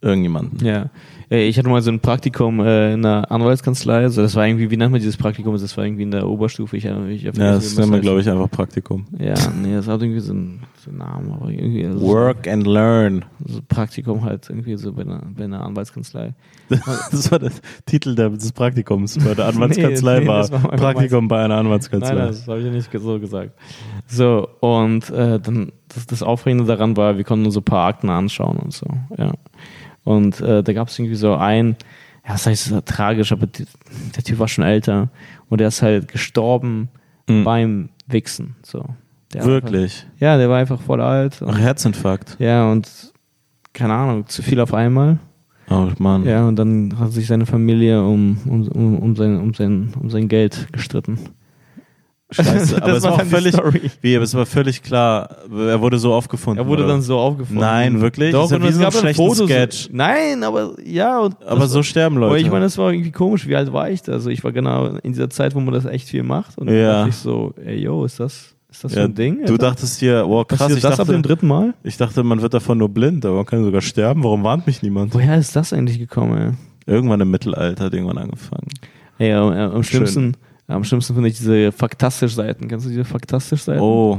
irgendjemandem. Ja. Ey, Ich hatte mal so ein Praktikum äh, in einer Anwaltskanzlei. Also das war irgendwie, wie nennt man dieses Praktikum? Das war irgendwie in der Oberstufe. Ich, erinnere mich- ich, Ja, das nennen wir, glaube ich, einfach Praktikum. Ja, nee, das hat irgendwie so einen, so einen Namen, aber irgendwie. also- Work and learn. so Praktikum halt irgendwie so bei einer, bei einer Anwaltskanzlei. Das war der Titel des Praktikums bei der Anwaltskanzlei Nee, nee, war, das war einfach Praktikum bei einer Nein, Anwaltskanzlei. nein, das habe ich ja nicht ge- so gesagt. So, und äh, dann das, das Aufregende daran war, wir konnten uns so ein paar Akten anschauen und so, ja. Und äh, da gab es irgendwie so einen, ja, das heißt, das war tragisch, aber die, der Typ war schon älter und der ist halt gestorben Mhm. beim Wichsen. So. Der war Wirklich. Einfach, ja, der war einfach voll alt. Ach, Und, Herzinfarkt. ja, und keine Ahnung, zu viel auf einmal. Oh Mann. Ja, und dann hat sich seine Familie um, um, um, um, sein, um, sein, um sein Geld gestritten. Scheiße. Aber Das es war war, auch dann die völlig, Story. wie, aber es war völlig klar. Er wurde so aufgefunden. Er wurde oder? dann so aufgefunden. Nein, wirklich? Doch, Ist ja und wie es so ein gab dann schlechtes Fotos. Sketch. Nein, aber ja. Und Aber das, so sterben Leute. aber ich meine, das war irgendwie komisch. Wie alt war ich da? Also ich war genau in dieser Zeit, wo man das echt viel macht. Und dann Ja. dachte ich so, ey, yo, ist das, ist das so Ja, ein Ding? Du dachtest dir, wow, krass, Passiert ich das ab dem dachte, dritten Mal? ich dachte, man wird davon nur blind, aber man kann sogar sterben. Warum warnt mich niemand? Woher ist das eigentlich gekommen, Irgendwann im Mittelalter hat irgendwann angefangen. ey? Ey, am, am schlimmsten... Am schlimmsten finde ich diese Faktastisch-Seiten. Kennst du diese Faktastisch-Seiten? Oh.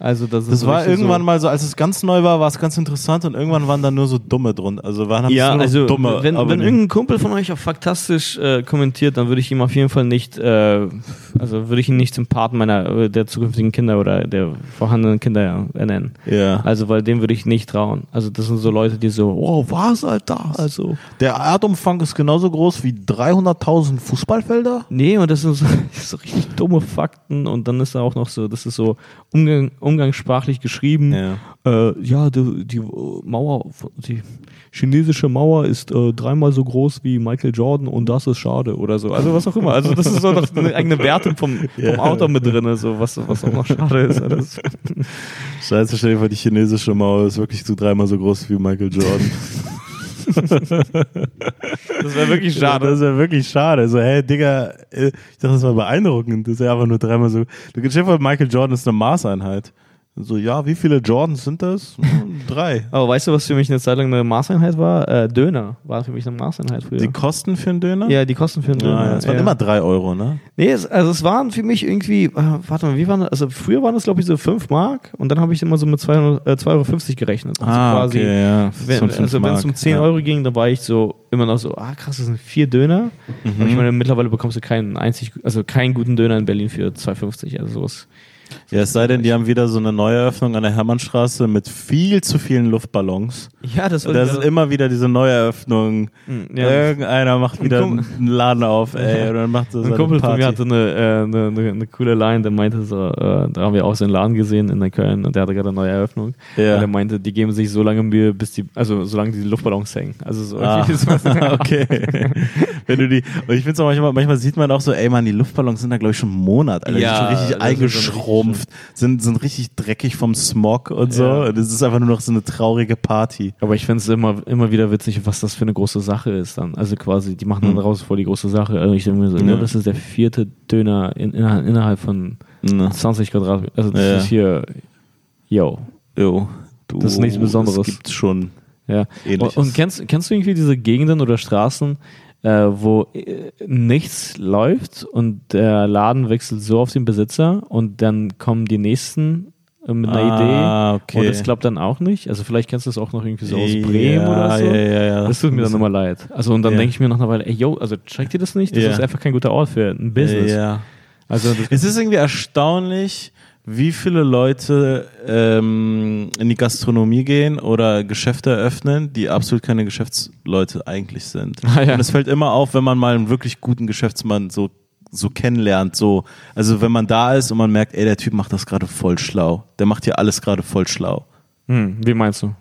Also, das, sind Das war wirklich irgendwann so, mal so, als es ganz neu war, war es ganz interessant und irgendwann waren da nur so Dumme drunter. Also waren Ja, nur also Dumme. wenn, aber wenn die- irgendein Kumpel von euch auf faktastisch äh, kommentiert, dann würde ich ihm auf jeden Fall nicht, äh, also würde ich ihn nicht zum Paten meiner äh, der zukünftigen Kinder oder der vorhandenen Kinder ja, ernennen. ja. Also weil dem würde ich nicht trauen. Also das sind so Leute, die so, wow, was Alter? Also Der Erdumfang ist genauso groß wie 300.000 Fußballfelder. nee und das sind so, so richtig dumme Fakten und dann ist da auch noch so, das ist so umgang, umgangssprachlich geschrieben. Ja. Äh, ja, die, die äh, Mauer, die chinesische Mauer ist äh, dreimal so groß wie Michael Jordan und das ist schade oder so. Also was auch immer. Also das ist so noch eine eigene Wertung vom, vom Ja. Autor mit drin, so was, was auch noch schade ist. Also Alles. Scheiße, stell dir vor, die chinesische Mauer ist wirklich so dreimal so groß wie Michael Jordan. Das wäre wirklich Das ist ja wirklich schade. So, hey, Digga, äh, ich dachte, das war beeindruckend. Das ist ja einfach nur dreimal so. Du stell dir vor, Michael Jordan ist eine Maßeinheit. So, ja, wie viele Jordans sind das? Hm, Drei. Aber weißt du, was für mich eine Zeit lang eine Maßeinheit war? Äh, Döner war für mich eine Maßeinheit früher. Die Kosten für einen Döner? Ah, ja, die Kosten für einen Döner. Ja, das waren ja. immer drei Euro, ne? Nee, es, also es waren für mich irgendwie, äh, warte mal, wie waren das? Also früher waren das, glaube ich, so 5 Mark und dann habe ich immer so mit 200, äh, 2,50 Euro gerechnet. Also Ah, ja. Wenn, also wenn es um 10 Euro ging, dann war ich so immer noch so, ah krass, das sind vier Döner. Mhm. Aber ich meine, mittlerweile bekommst du keinen einzig, also keinen guten Döner in Berlin für 2,50. Also sowas. Ja, es sei denn, die haben wieder so eine Neueröffnung an der Hermannstraße mit viel zu vielen Luftballons. Oh, Ja, das Das ist immer wieder diese Neueröffnung. ja. Irgendeiner macht wieder Kumpel- einen Laden auf, ey, und dann macht das Ein Kumpel von mir hatte eine, äh, eine, eine, eine coole Line, der meinte so, äh, da haben wir auch seinen Laden gesehen in der Köln und der hatte gerade eine neue Eröffnung. Ja. Und er meinte, die geben sich so lange Mühe, bis die, also solange die Luftballons hängen. Also so Ah, irgendwie so. okay. Wenn du die, und ich find's auch manchmal, manchmal sieht man auch so, ey man, die Luftballons sind da glaube ich schon einen Monat, Alter. Ja, die sind schon richtig das ist schon eingeschrumpft, sind, sind richtig dreckig vom Smog und so. Ja. Und Das ist einfach nur noch so eine traurige Party. Aber ich finde es immer, immer wieder witzig, was das für eine große Sache ist dann. Also quasi, die machen dann raus vor die große Sache. Also ich denke mir so, Hm. Ja. ne, das ist der vierte Döner in, innerhalb, innerhalb von 20 Quadratmeter. Also das Ja. ist hier, yo. Jo, du, Das ist nichts Besonderes. Das gibt's schon. Ja. Ähnliches. Und, und kennst, kennst du irgendwie diese Gegenden oder Straßen, äh, wo äh, nichts läuft und der Laden wechselt so auf den Besitzer und dann kommen die nächsten äh, mit einer Ah, Idee okay. und das klappt dann auch nicht. Also vielleicht kennst du das auch noch irgendwie so aus Bremen ja, oder so. Ja, ja, ja. Das tut mir dann immer leid. Also und dann Ja. denke ich mir nach einer Weile, ey, yo, also checkt ihr das nicht? Das Ja. ist einfach kein guter Ort für ein Business. Ja. Also das, Es ist irgendwie erstaunlich, wie viele Leute ähm, in die Gastronomie gehen oder Geschäfte eröffnen, die absolut keine Geschäftsleute eigentlich sind. Ah, ja. Und es fällt immer auf, wenn man mal einen wirklich guten Geschäftsmann so so kennenlernt, so. Also wenn man da ist und man merkt, ey, der Typ macht das gerade voll schlau. Der macht hier alles gerade voll schlau. hm, wie meinst du?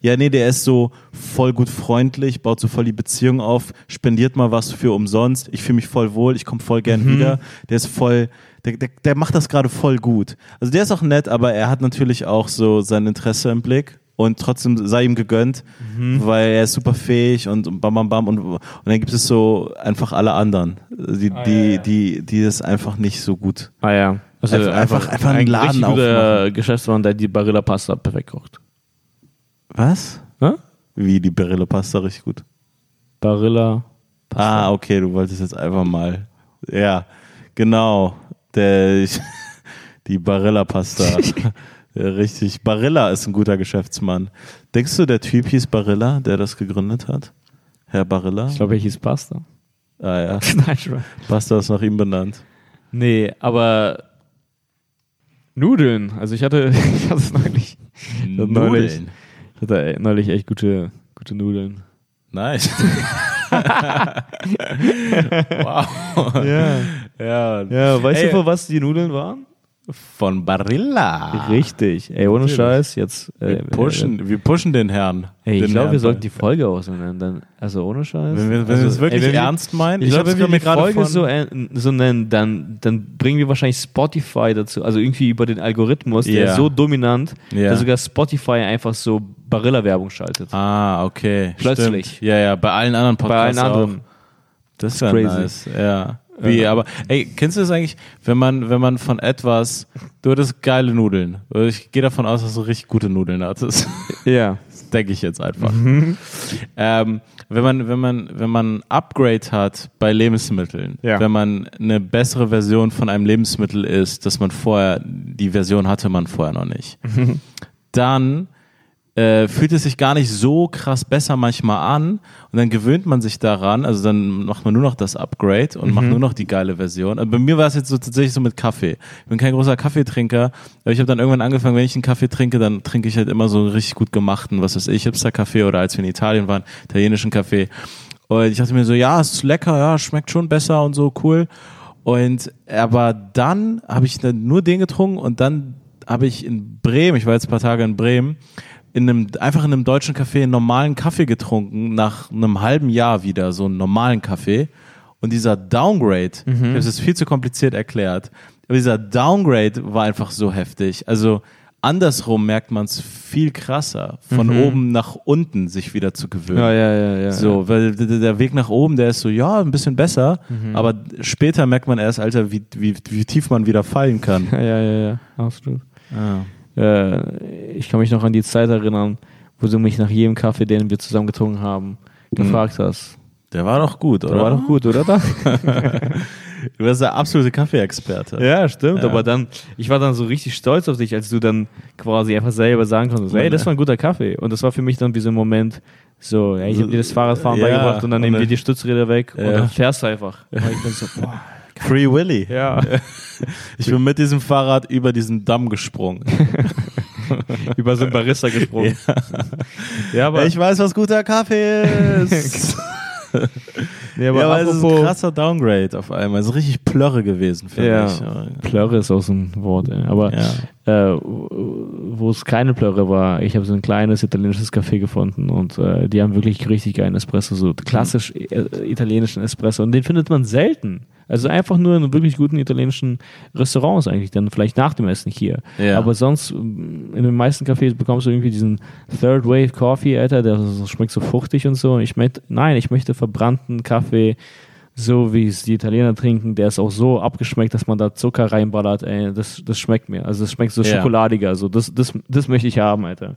Ja, nee, der ist so voll gut freundlich, baut so voll die Beziehung auf, spendiert mal was für umsonst. Ich fühle mich voll wohl, ich komme voll gern Mhm. wieder. Der ist voll, der, der, der macht das gerade voll gut. Also der ist auch nett, aber er hat natürlich auch so sein Interesse im Blick und trotzdem sei ihm gegönnt, Mhm. weil er ist super fähig und und bam, bam, bam. Und, und dann gibt es so einfach alle anderen, die, Ah, die, ja, ja. die, die das einfach nicht so gut. Ah ja. Also Einfach- einfach einen richtig Laden guter Geschäftsmann, der die Barilla Pasta perfekt kocht. Was? Ne? Wie die Barilla Pasta richtig gut. Barilla. Ah, okay, du wolltest jetzt einfach mal. Ja, genau. Der, die Barilla Pasta. richtig. Barilla ist ein guter Geschäftsmann. Denkst du, der Typ hieß Barilla, der das gegründet hat? Herr Barilla? Ich glaube, er hieß Pasta. Ah ja, Nein, schon. Pasta ist nach ihm benannt. Nee, aber Nudeln. Also ich hatte, ich hatte es neulich. Ich hatte neulich, ich hatte neulich echt gute, gute Nudeln. Nice. wow. Ja. Ja. Ja, weißt Ey. du, vor was die Nudeln waren? Von Ah, Barilla. Richtig. Ey, ohne Scheiß, jetzt. Äh, Wir pushen, wir pushen den Herrn. Ey, Den ich glaube, Herrn. wir sollten die Folge auch so nennen. Dann, also ohne Scheiß. Wenn wir, wenn also, wir es wirklich ey, wenn wir- ernst meinen, Ich, glaube, hab's wenn wir die Folge von- so, äh, so nennen, dann, dann bringen wir wahrscheinlich Spotify dazu. Also irgendwie über den Algorithmus, der Ja. ist so dominant, Ja. dass sogar Spotify einfach so Barilla-Werbung schaltet. Ah, okay. Plötzlich. Stimmt. Ja, ja, bei allen anderen Bei Podcasts. allen anderen. Auch. Das wäre crazy. nice. Ja. Wie, aber, ey, kennst du das eigentlich, wenn man, wenn man von etwas, du hattest geile Nudeln. Also, Ich gehe davon aus, dass du richtig gute Nudeln hattest. Ja. Das denke ich jetzt einfach. ähm, wenn man, wenn man, wenn man ein Upgrade hat bei Lebensmitteln, Ja. wenn man eine bessere Version von einem Lebensmittel ist, dass man vorher, die Version hatte man vorher noch nicht, dann äh, fühlt es sich gar nicht so krass besser manchmal an und dann gewöhnt man sich daran, also dann macht man nur noch das Upgrade und macht nur noch die geile Version. Also bei mir war es jetzt so tatsächlich so mit Kaffee. Ich bin kein großer Kaffeetrinker, aber ich habe dann irgendwann angefangen, wenn ich einen Kaffee trinke, dann trinke ich halt immer so einen richtig gut gemachten, was weiß ich, Hipster-Kaffee oder als wir in Italien waren, italienischen Kaffee. Und ich dachte mir so, ja, ist lecker, ja, schmeckt schon besser und so, cool. Und aber dann habe ich dann nur den getrunken und dann habe ich in Bremen, ich war jetzt ein paar Tage in Bremen, in einem, einfach in einem deutschen Café einen normalen Kaffee getrunken, nach einem halben Jahr wieder so einen normalen Kaffee. Und dieser Downgrade, ich Mhm. habe es jetzt viel zu kompliziert erklärt, aber dieser Downgrade war einfach so heftig. Also andersrum merkt man es viel krasser, von oben nach unten sich wieder zu gewöhnen. Mhm. Ja, ja, ja, ja. So, weil d- d- der Weg nach oben, der ist so, ja, ein bisschen besser, Mhm. aber später merkt man erst, Alter, wie, wie, wie tief man wieder fallen kann. Ja, ja, ja, ja. absolut. Äh, ich kann mich noch an die Zeit erinnern, wo du mich nach jedem Kaffee, den wir zusammen getrunken haben, gefragt hast. Der war doch gut, oder? War doch gut, Mhm. oder? Da? Du bist der absolute Kaffee-Experte. ja, stimmt. Aber dann, ich war dann so richtig stolz auf dich, als du dann quasi einfach selber sagen konntest, ey, das war ein guter Kaffee. Und das war für mich dann wie so ein Moment, so, ey, ich habe dir das Fahrradfahren Ja, beigebracht und dann nehmen und wir dann- die Stützräder weg Ja. und dann fährst du einfach. Und ich bin so, boah, Free Willy. ja, Ich bin mit diesem Fahrrad über diesen Damm gesprungen. über so ein Barista gesprungen. Ja, aber, ich weiß, was guter Kaffee ist. nee, ja, aber es ist ein krasser Downgrade auf einmal. Es ist richtig Plörre gewesen, finde Ja. ich. Aber- Plörre ist auch so ein Wort, ey. aber Ja. äh, wo es keine Plörre war, ich habe so ein kleines italienisches Café gefunden und äh, die haben wirklich richtig geilen Espresso, so klassisch Mhm. äh, italienischen Espresso und den findet man selten. Also einfach nur in wirklich guten italienischen Restaurants eigentlich, dann vielleicht nach dem Essen hier. Ja. Aber sonst mh, in den meisten Cafés bekommst du irgendwie diesen Third Wave Coffee, Alter, der so, schmeckt so fruchtig und so. Ich möchte, nein, ich möchte verbrannten Kaffee, so wie es die Italiener trinken, der ist auch so abgeschmeckt, dass man da Zucker reinballert, ey, das, das schmeckt mir. Also das schmeckt so Ja. schokoladiger, so das, das, das möchte ich haben, Alter.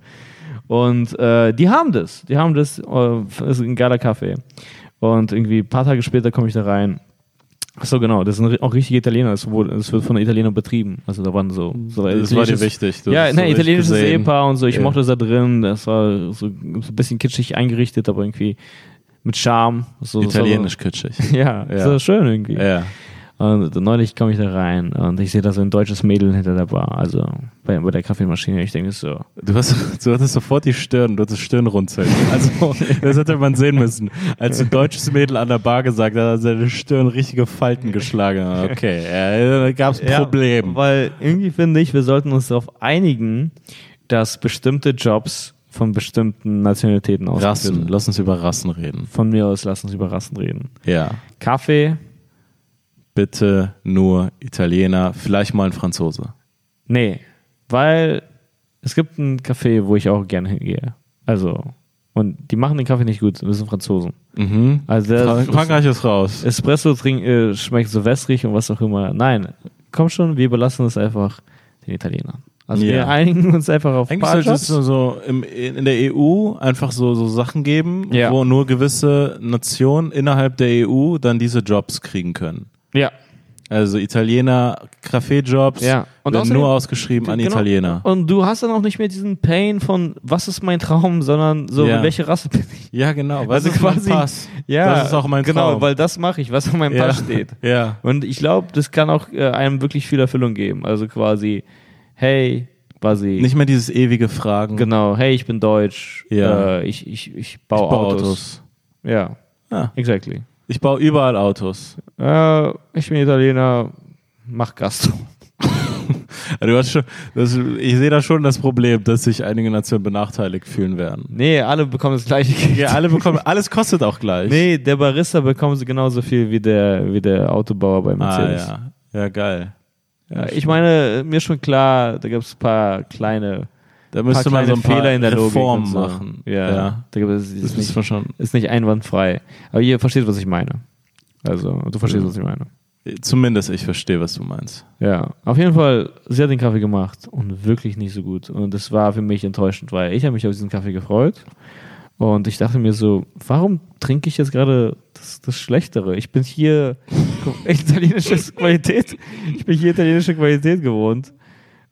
Und äh, die haben das, die haben das, äh, ist ein geiler Kaffee. Und irgendwie ein paar Tage später komme ich da rein. Ach so, genau, das sind auch richtige Italiener, das, wurde, das wird von Italienern betrieben. Also da waren so, so Das war dir wichtig. Du ja, ne, hast so richtig italienisches gesehen. Ehepaar und so. Ich Ja. mochte das da drin. Das war so ein bisschen kitschig eingerichtet, aber irgendwie mit Charme. So, das war Italienisch kitschig. So, ja, Ja. so schön irgendwie. Ja. Und neulich komme ich da rein und ich sehe da so ein deutsches Mädel hinter der Bar, also bei, bei der Kaffeemaschine. Ich denke so, Du, hast, du hattest sofort die Stirn, du hattest Stirnrunzeln. Also, das hätte man sehen müssen. Als ein deutsches Mädel an der Bar gesagt hat, hat seine Stirn richtige Falten geschlagen. Okay, ja, da gab es Ja, Probleme. Weil irgendwie finde ich, wir sollten uns darauf einigen, dass bestimmte Jobs von bestimmten Nationalitäten ausgeführt Rassen, werden. lass uns über Rassen reden. Von mir aus lass uns über Rassen reden. Ja, Kaffee, bitte nur Italiener, vielleicht mal ein Franzose. Nee, weil es gibt ein Café, wo ich auch gerne hingehe. Also, und die machen den Kaffee nicht gut, das sind Franzosen. Mhm. Also, der Fra- Frankreich ist raus. Espresso trink, äh, schmeckt so wässrig und was auch immer. Nein, komm schon, wir überlassen es einfach den Italienern. Also Ja. wir einigen uns einfach auf Eigentlich sollte es Partnerschaft. so, so im, in der EU einfach so, so Sachen geben, Ja. wo nur gewisse Nationen innerhalb der EU dann diese Jobs kriegen können. Ja, Also Italiener, Kaffeejobs Ja. Und werden außerdem- nur ausgeschrieben an genau. Italiener. Und du hast dann auch nicht mehr diesen Pain von, was ist mein Traum, sondern so, Ja. welche Rasse bin ich? Ja, genau. Was Also ist quasi, quasi- mein Pass? das ist auch mein genau, Traum. Genau, weil das mache ich, was auf meinem ja. Pass steht. Ja. Und ich glaube, das kann auch äh, einem wirklich viel Erfüllung geben. Also quasi, hey, quasi, Nicht mehr dieses ewige Fragen. genau, hey, ich bin deutsch, Ja. äh, ich, ich, ich baue Ich baue Autos. Autos. Ja, Ja. exactly. Ich baue überall Autos. Äh, ich bin Italiener, mach Gastro. Du hast schon, das, ich sehe da schon das Problem, dass sich einige Nationen benachteiligt fühlen werden. Nee, alle bekommen das gleiche Geld. Ja, alle bekommen, alles kostet auch gleich. Nee, der Barista bekommt genauso viel wie der, wie der Autobauer bei ah, Mercedes. ja. Ja, geil. Ja, ich meine, mir ist schon klar, da gibt es ein paar kleine, Da paar müsste man kleine so ein paar Fehler in der Logik Reformen und so. machen. Ja, Da gibt es, Das ist, müsste nicht, man schon. ist nicht einwandfrei. Aber ihr versteht, was ich meine. Also, du verstehst, was ich meine. Zumindest ich verstehe, was du meinst. Ja, auf jeden Fall, sie hat den Kaffee gemacht und wirklich nicht so gut. Und das war für mich enttäuschend, weil ich habe mich auf diesen Kaffee gefreut. Und ich dachte mir so, warum trinke ich jetzt gerade das, das Schlechtere? Ich bin hier italienische Qualität. Ich bin hier italienische Qualität gewohnt.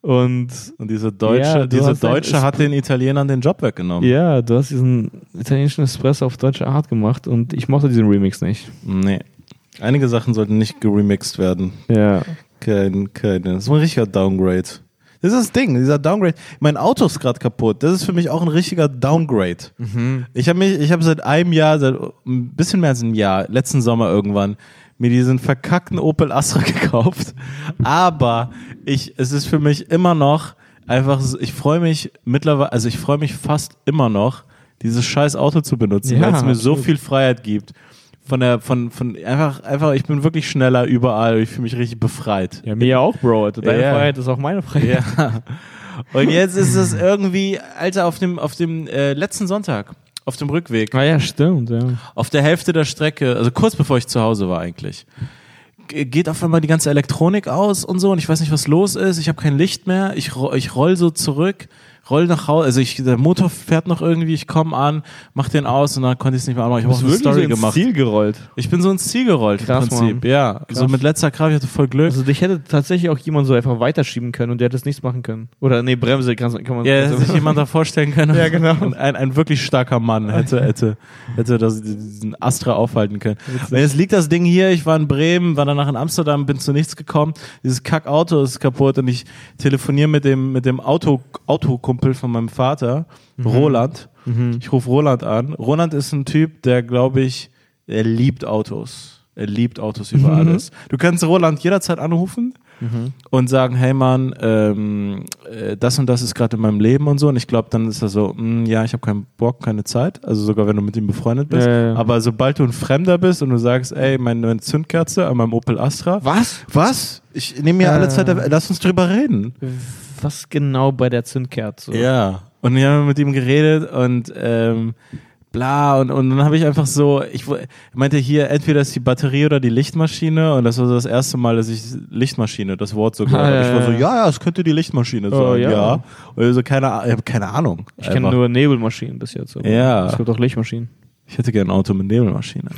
Und Und diese Deutsche, Ja, du diese hast ein- Deutsche hat den Italienern den Job weggenommen. ja, du hast diesen italienischen Espresso auf deutsche Art gemacht und ich mochte diesen Remix nicht. Nee. Einige Sachen sollten nicht geremixed werden. Ja. Kein, kein, das ist ein richtiger Downgrade. Das ist das Ding, dieser Downgrade. Mein Auto ist gerade kaputt. Das ist für mich auch ein richtiger Downgrade. Ich habe mich, ich habe seit einem Jahr, seit ein bisschen mehr als einem Jahr, letzten Sommer irgendwann, mir diesen verkackten Opel Astra gekauft. Aber ich, es ist für mich immer noch einfach, so- ich freue mich mittlerweile, also ich freue mich fast immer noch, dieses scheiß Auto zu benutzen, Ja, weil es mir so absolut. viel Freiheit gibt. Von der, von, von, einfach, einfach, ich bin wirklich schneller überall. Ich fühle mich richtig befreit. Ja, mir auch, Bro. Also Deine Ja. Freiheit ist auch meine Freiheit. Ja. Und jetzt ist es irgendwie, Alter, auf dem, auf dem äh, letzten Sonntag, auf dem Rückweg, Ah ja, stimmt, ja. auf der Hälfte der Strecke, also kurz bevor ich zu Hause war eigentlich, ge- geht auf einmal die ganze Elektronik aus und so und ich weiß nicht, was los ist. Ich habe kein Licht mehr. Ich, ro- ich roll so zurück, roll nach Hause. Also ich, der Motor fährt noch irgendwie. Ich komme an, mach den aus und dann konnte ich es nicht mehr anmachen. Ich habe auch eine Story gemacht. Ziel gerollt. Ich bin so ins Ziel gerollt Krass, im Prinzip. Mann. Ja, so mit letzter Kraft. Ich hatte voll Glück. Also dich hätte tatsächlich auch jemand so einfach weiterschieben können und der hätte es nichts machen können. Oder nee, Bremse kann, kann man Ja, hätte also, sich jemand da vorstellen können. Ja, genau. Und ein, ein wirklich starker Mann hätte, hätte, hätte das, diesen Astra aufhalten können. Und jetzt liegt das Ding hier, ich war in Bremen, war danach in Amsterdam, bin zu nichts gekommen. Dieses Kackauto ist kaputt und ich telefoniere mit dem, mit dem Auto, Autokumpel von meinem Vater, Mhm. Roland. Ich rufe Roland an. Roland ist ein Typ, der, glaube ich, er liebt Autos. Er liebt Autos über Mhm. alles. Du kannst Roland jederzeit anrufen und sagen, hey Mann, ähm, äh, das und das ist gerade in meinem Leben und so. Und ich glaube, dann ist er so, "Mm, ja, ich habe keinen Bock, keine Zeit. Also sogar wenn du mit ihm befreundet bist. Ja, ja. Aber sobald du ein Fremder bist und du sagst, ey, meine, meine Zündkerze an meinem Opel Astra. was? Was? Ich nehme mir alle Äh. Zeit, der- lass uns drüber reden. Was genau bei der Zündkerze? Ja. Und wir haben mit ihm geredet und ähm, bla und, und dann habe ich einfach so, ich wo- meinte hier, entweder ist die Batterie oder die Lichtmaschine und das war so das erste Mal, dass ich Lichtmaschine, das Wort so gehört Ah, habe. ja, Ich war so, ja. ja, ja, es könnte die Lichtmaschine sein, Oh, ja. ja. Und so, keine, Ah- ich habe keine Ahnung. Ich kenne Einfach. nur Nebelmaschinen bis jetzt. aber Ja. Es gibt auch Lichtmaschinen. Ich hätte gerne ein Auto mit Nebelmaschine.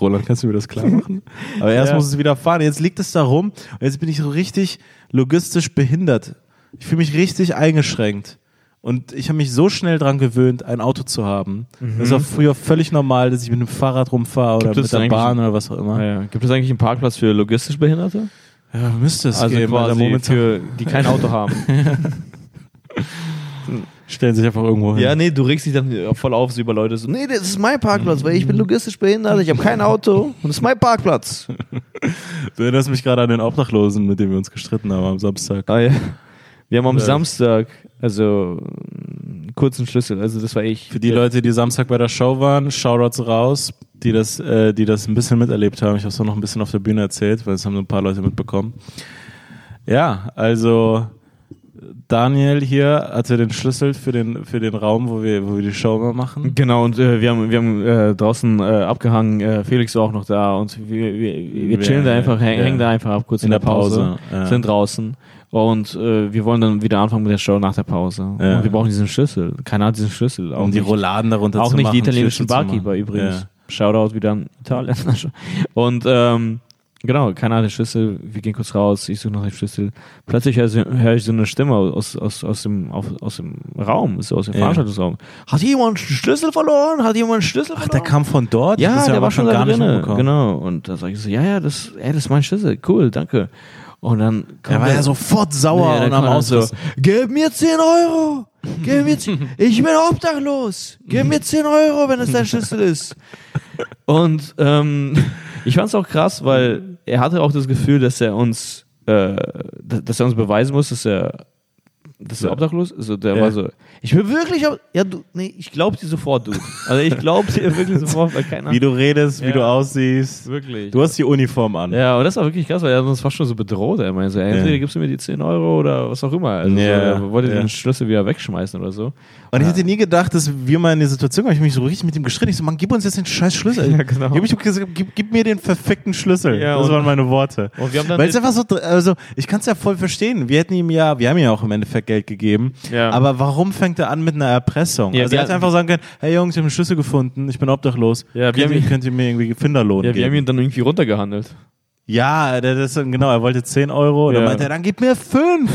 Roland, kannst du mir das klar machen? Aber erst Ja. muss es wieder fahren. Jetzt liegt es da rum und jetzt bin ich so richtig logistisch behindert. Ich fühle mich richtig eingeschränkt. Und ich habe mich so schnell dran gewöhnt, ein Auto zu haben. Das war früher völlig normal, dass ich mit dem Fahrrad rumfahre oder Gibt es mit der eigentlich- Bahn oder was auch immer. Ah, ja. Gibt es eigentlich einen Parkplatz für logistisch Behinderte? Ja, müsste es Also geben. Alter, quasi momentan für, die kein Auto haben. stellen sich einfach irgendwo hin. ja, nee, du regst dich dann voll auf so über Leute so, nee, das ist mein Parkplatz, weil ich bin logistisch behindert, ich habe kein Auto und das ist mein Parkplatz. Du erinnerst mich gerade an den Obdachlosen, mit dem wir uns gestritten haben am Samstag. Ah, ja. Wir haben am Ja. Samstag, also mm, kurzen Schlüssel, also das war ich. Für die Leute, die Samstag bei der Show waren, Shoutouts raus, die das, äh, die das ein bisschen miterlebt haben. Ich habe es auch noch ein bisschen auf der Bühne erzählt, weil es haben so ein paar Leute mitbekommen. Ja, also Daniel hier hatte den Schlüssel für den, für den Raum, wo wir, wo wir die Show immer machen. Genau, und äh, wir haben, wir haben äh, draußen äh, abgehangen, äh, Felix war auch noch da und wir, wir, wir chillen da Ja, einfach, häng, ja. hängen da einfach ab kurz in, In der der Pause, Pause, ja. sind draußen Und äh, wir wollen dann wieder anfangen mit der Show nach der Pause. Ja. Und wir brauchen diesen Schlüssel. Keiner hat diesen Schlüssel. Auch Um die nicht- Rouladen darunter Auch zu nicht machen, die italienischen Schlüssel zu machen. Barkeeper übrigens. Ja. Shoutout wieder an Italien. Und ähm, genau, keiner hat den Schlüssel. Wir gehen kurz raus. Ich suche nach dem Schlüssel. Plötzlich höre ich- höre ich so eine Stimme aus, aus, aus, dem, auf, aus dem Raum, so aus dem Ja. Veranstaltungsraum. Hat jemand einen Schlüssel verloren? Hat jemand einen Schlüssel Ach, der verloren? kam von dort? Ich Ja, hab's der aber war schon da gar nicht drin. mitbekommen. Genau. Und da sage ich so, ja, ja, das, ey, das ist mein Schlüssel. Cool, danke. Und dann kommt Der war er- ja sofort sauer Nee, und dann am kam er Ausriss. so, Gib mir 10 Euro! Gib mir 10, ich bin obdachlos! Gib mir 10 Euro, wenn es dein Schlüssel ist! Und ähm, ich fand es auch krass, weil er hatte auch das Gefühl, dass er uns, äh, dass dass er uns beweisen muss, dass er, dass er obdachlos ist. Also der Ja. war so, ich bin wirklich, ob ja du, nee, ich glaub dir sofort, du. Also ich glaub dir wirklich sofort, weil keiner. Wie du redest, wie Ja. du aussiehst. wirklich. Du hast die Uniform an. Ja, und das war wirklich krass, weil er uns fast schon so bedroht. Er meinte so, ey, entweder gibst du mir die 10 Euro oder was auch immer. Also Ja, so, er wollte ja. den Schlüssel wieder wegschmeißen oder so. Und ich hätte nie gedacht, dass wir mal in die Situation kommen. Ich hab mich so richtig mit ihm gestritten. Ich so, Mann, gib uns jetzt den scheiß Schlüssel. Ja, genau. Ich hab mich gesagt, gib, gib mir den verfickten Schlüssel. Ja, das und- waren meine Worte. Und wir haben dann Weil es einfach so, dr- also ich kann es ja voll verstehen. Wir hätten ihm ja, wir haben ihm ja auch im Endeffekt Geld gegeben. Ja. Aber warum fängt er an mit einer Erpressung? Ja, also er wir- hätte einfach sagen können, hey Jungs, ich habe einen Schlüssel gefunden, ich bin obdachlos. Ja, wir könnt, haben ihr, ihn- könnt ihr mir irgendwie Finderlohn ja, wir haben geben? ihn dann irgendwie runtergehandelt. Ja, der, das, genau, er wollte 10 Euro und dann Ja. meinte er, dann gib mir 5.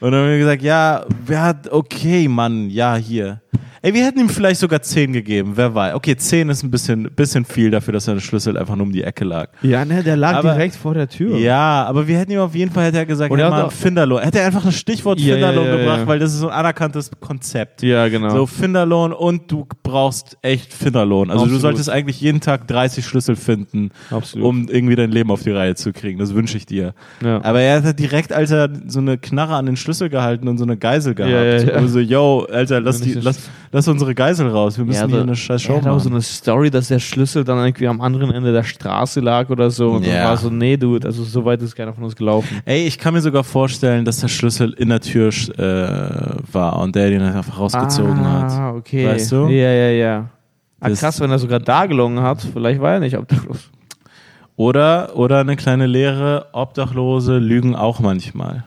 und dann haben wir gesagt, ja, wer hat, okay, Mann, ja, hier. Ey, wir hätten ihm vielleicht sogar 10 gegeben, wer weiß. Okay, 10 ist ein bisschen, bisschen viel dafür, dass sein Schlüssel einfach nur um die Ecke lag. Ja, ne, der lag Aber- direkt vor der Tür. Ja, aber wir hätten ihm auf jeden Fall, hätte er gesagt, Und und er er hat mal auch- Finderlohn. Hätte er einfach das Stichwort Ja, ja, Finderlohn ja, ja. gebracht, weil das ist so ein anerkanntes Konzept. Ja, genau. So Finderlohn und du brauchst echt Finderlohn. Also du Absolut. solltest eigentlich jeden Tag 30 Schlüssel finden, Absolut. um irgendwie dein Leben auf die Reihe zu kriegen. Das wünsche ich dir. Ja. Aber er hat direkt, als er so eine Knarre an den Schlüssel gehalten und so eine Geisel gehabt. ja, ja. Und so, yo, Alter, lass, die, nicht so- lass, lass unsere Geisel raus. Wir müssen hier eine scheiß Show er hat auch machen. so eine Story, dass der Schlüssel dann irgendwie am anderen Ende der Straße lag oder so. Und dann Ja. war so, nee, Dude, also so weit ist keiner von uns gelaufen. Ey, ich kann mir sogar vorstellen, dass der Schlüssel in der Tür äh, war und der den einfach rausgezogen hat. Ah, okay. Weißt du? Ja, ja, ja. Ah, Das- krass, wenn er sogar da gelungen hat, vielleicht war er nicht obdachlos. Oder, oder eine kleine Lehre, Obdachlose lügen auch manchmal.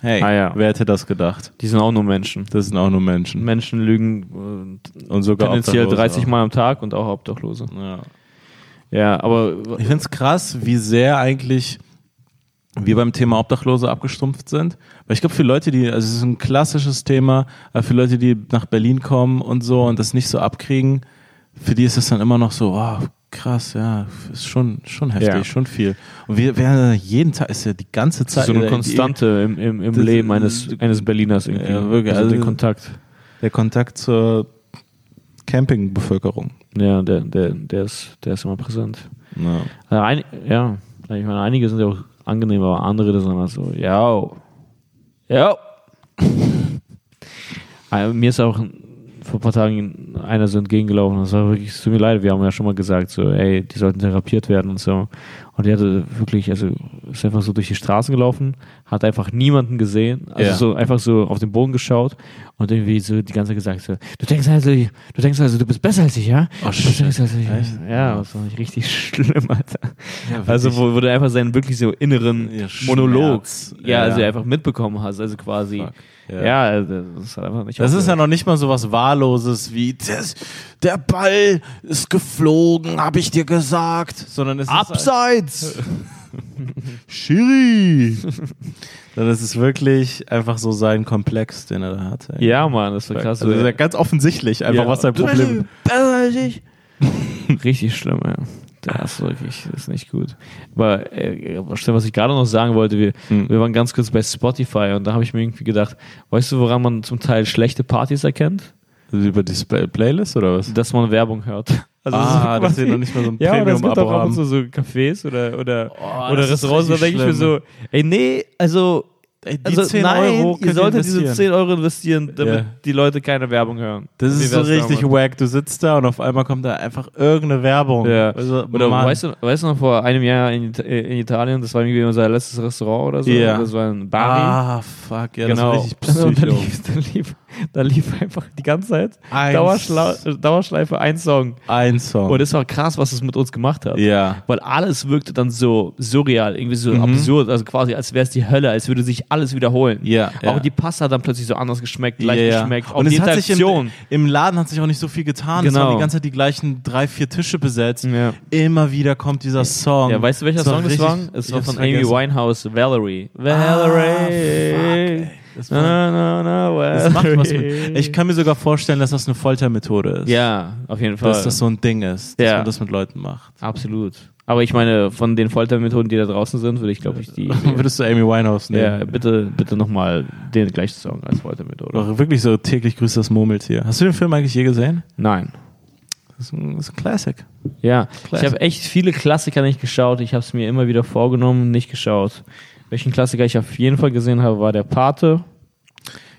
Hey, Ah, ja. wer hätte das gedacht? Die sind auch nur Menschen. Das sind auch nur Menschen. Menschen lügen äh, Und sogar Tendenziell Obdachlose 30 auch. Mal am Tag und auch Obdachlose. Ja. Ja, aber Ich finde es krass, wie sehr eigentlich wir beim Thema Obdachlose abgestumpft sind. Weil ich glaube, für Leute, die, also es ist ein klassisches Thema, aber für Leute, die nach Berlin kommen und so und das nicht so abkriegen, für die ist das dann immer noch so, wow, krass, ja, ist schon, schon heftig, Ja. schon viel. Und wir werden jeden Tag, ist ja die ganze das Zeit. ist so eine der- Konstante im, im, im das- Leben eines, eines Berliners irgendwie. Ja, wirklich, Also also- den Kontakt. Der Kontakt zur Campingbevölkerung. Ja, der, der, der, ist, der ist immer präsent. Ja. Also ein, ja, ich meine, einige sind ja auch angenehm, aber andere das sind immer so, ja. Ja. Ah, Mir ist auch vor ein paar Tagen einer so entgegengelaufen. Das war wirklich, es tut mir leid, wir haben ja schon mal gesagt, so, ey, die sollten therapiert werden und so. Und der hatte wirklich, also ist einfach so durch die Straßen gelaufen, hat einfach niemanden gesehen, also Ja. so einfach so auf den Boden geschaut und irgendwie so die ganze Zeit gesagt so, du denkst also, du denkst also, du bist besser als ich, ja? Oh, Du bist shit. besser als ich. Echt? Ja, das war richtig schlimm, Alter. wirklich. also, wo, wo du einfach seinen wirklich so inneren Ja, Schmerz. Monolog, ja, Ja. also einfach mitbekommen hast, also quasi. Fuck. Ja. Ja, das ist halt einfach nicht. Das ist ja noch nicht mal so was Wahlloses wie das, der Ball ist geflogen, habe ich dir gesagt, sondern es halt Abseits! ist Schiri. Sondern es ist wirklich einfach so sein Komplex, den er da hat. ey. ja, Mann, das war krass. Also ist ja ganz offensichtlich einfach Ja. was sein Du Problem ist. Besser als ich. Richtig schlimm, ja. Das ist wirklich, das ist nicht gut. Aber äh, aber stimmt, was ich gerade noch sagen wollte, wir, Hm. wir waren ganz kurz bei Spotify und da habe ich mir irgendwie gedacht, weißt du, woran man zum Teil schlechte Partys erkennt? Also über die Play Playlist oder was? Dass man Werbung hört. Also Ah, so dass quasi- wir noch nicht mal so ein ja, oder es gibt Premium-Abo auch ab und haben. zu so Cafés oder, oder, Oh, oder das ist Restaurants, da richtig denke ich mir so, ey, nee, also, Ey, die also 10 nein, Euro ihr könnt solltet diese investieren. 10 Euro investieren, damit Ja. die Leute keine Werbung hören. Das Wie ist so wär's richtig damit? wack. Du sitzt da und auf einmal kommt da einfach irgendeine Werbung. Ja. Also, Oder Mann. weißt du, weißt du noch, vor einem Jahr in, Ita- äh, in Italien, das war irgendwie unser letztes Restaurant oder so, Ja. das war ein Bari. Ah, fuck, ja, genau. das war richtig Und da psycho. lief, da lief Da lief einfach die ganze Zeit Dauerschla Dauerschleife ein Song. Ein Song. Und es war krass, was es mit uns gemacht hat. Ja. Weil alles wirkte dann so surreal, irgendwie so Mhm. absurd, also quasi als wäre es die Hölle, als würde sich alles wiederholen. Ja, ja. Auch die Pasta hat dann plötzlich so anders geschmeckt, leicht Ja, ja. geschmeckt. Auch Und die es hat sich Interaktion. im, im Laden hat sich auch nicht so viel getan. Es Genau. waren die ganze Zeit die gleichen drei, vier Tische besetzt. Ja. Immer wieder kommt dieser Song. Ja, weißt du, welcher Es war Song das richtig- war? Es ich war hab's von Amy vergessen. Ah, Winehouse, Valerie. ey. Valerie. Das war- na, na, na, Valerie. Das macht was mit. Ich kann mir sogar vorstellen, dass das eine Foltermethode ist. ja, auf jeden Fall. Dass das so ein Ding ist, dass Ja. man das mit Leuten macht. Absolut. Aber ich meine, von den Foltermethoden, die da draußen sind, würde ich, glaube ich, die. Würdest du Amy Winehouse nehmen? ja, bitte, bitte nochmal den gleichen Song als Foltermethode. Doch wirklich so täglich grüßt das Murmeltier. Hast du den Film eigentlich je gesehen? Nein. Das ist ein, das ist ein Classic. Ja, Classic. ich habe echt viele Klassiker nicht geschaut. Ich habe es mir immer wieder vorgenommen, nicht geschaut. Welchen Klassiker ich auf jeden Fall gesehen habe, war der Pate.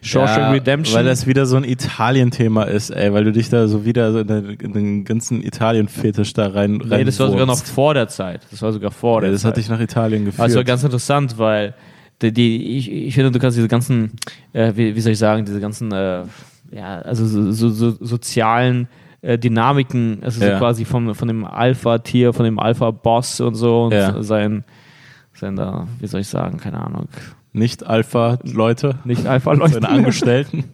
Shawshank Redemption. Weil das wieder so ein Italien-Thema ist, ey, weil du dich da so wieder so in, den, in den ganzen Italien-Fetisch da rein nee, das war sogar noch reinwurmst. vor der Zeit. Das war sogar vor Ja, der das Zeit. hat dich nach Italien geführt. Also ganz interessant, weil die, die, ich, ich finde, du kannst diese ganzen, äh, wie, wie soll ich sagen, diese ganzen, äh, ja, also so, so, so sozialen äh, Dynamiken, also Ja. so quasi vom, von dem Alpha-Tier, von dem Alpha-Boss und so und Ja. sein, sein da, wie soll ich sagen, keine Ahnung, nicht Alpha-Leute, nicht seine Alpha-Leute. Angestellten.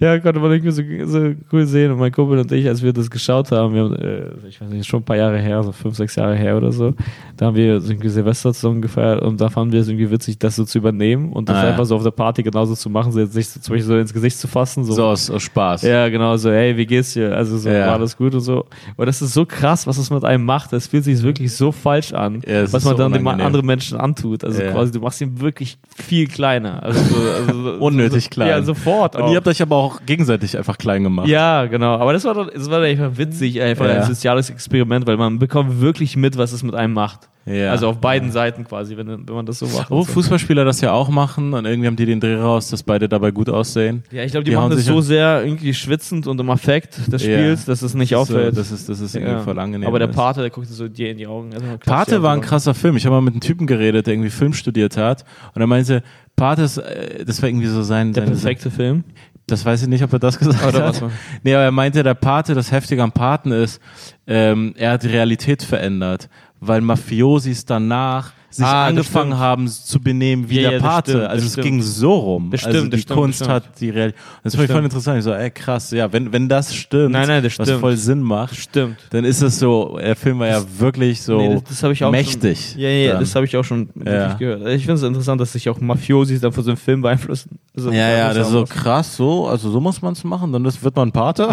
Ja, konnte man irgendwie so, so cool sehen. Und mein Kumpel und ich, als wir das geschaut haben, wir haben, äh, ich weiß nicht, schon ein paar Jahre her, so fünf, sechs Jahre her oder so, da haben wir so irgendwie Silvester zusammen gefeiert und da fanden wir es irgendwie witzig, das so zu übernehmen und das Ah, ja. einfach so auf der Party genauso zu machen, so jetzt nicht so, zum Beispiel so ins Gesicht zu fassen. So, So aus, aus Spaß. Ja, genau, so, hey, wie geht's dir? Also so, Ja. war alles gut und so. Und das ist so krass, was es mit einem macht. Das fühlt sich wirklich so falsch an, Ja, es was ist man so dann den unangenehm. anderen Menschen antut. Also Ja. quasi, du machst ihn wirklich viel kleiner. Also, so, also, so- Unnötig so, klein. Ja, sofort. Und auch. ihr habt euch aber auch gegenseitig einfach klein gemacht. Oh. Ja, genau. Aber das war doch, das war doch einfach witzig, einfach Ja. ein soziales Experiment, weil man bekommt wirklich mit, was es mit einem macht. Ja. Oh, Also auf beiden Seiten quasi, wenn, wenn man das so macht. Obwohl Und so. Fußballspieler das ja auch machen und irgendwie haben die den Dreh raus, dass beide dabei gut aussehen. Ja, ich glaube, die, Die hauen machen das sich so an- sehr irgendwie schwitzend und im Affekt des Ja. Spiels, dass es nicht auffällt. So, das ist, das ist irgendwie ja. voll angenehm. Aber der ist. Pate, der guckte so dir in die Augen. Also klatscht Pate dir war ein einfach. krasser Film. Ich habe mal mit einem Typen geredet, der irgendwie Film studiert hat. Und er meinte, Pate ist, äh, das war irgendwie so sein... Der seine- perfekte Film. Das weiß ich nicht, ob er das gesagt Oder hat. was war- Nee, aber er meinte, der Pate, das Heftige am Paten ist, ähm, er hat die Realität verändert, weil Mafiosis danach sich Ah, das angefangen stimmt. haben zu benehmen wie Ja, ja, der das Pate. stimmt, das also es stimmt. ging so rum. Das also stimmt, die das stimmt, Kunst das stimmt. hat die Realität. Das fand ich voll stimmt. interessant. Ich so, ey krass, ja, wenn, wenn das stimmt, Nein, nein, das was stimmt. voll Sinn macht, Stimmt. dann ist es so, der Film war ja wirklich so Nee, das, das habe ich auch mächtig. Schon, ja, ja, dann. das habe ich auch schon Ja. wirklich gehört. Also Ich finde es interessant, dass sich auch Mafiosis dann von so einem Film beeinflussen. Also, ja, ja, das ist so auch krass, so, also so muss man es machen, dann ist, wird man Pate.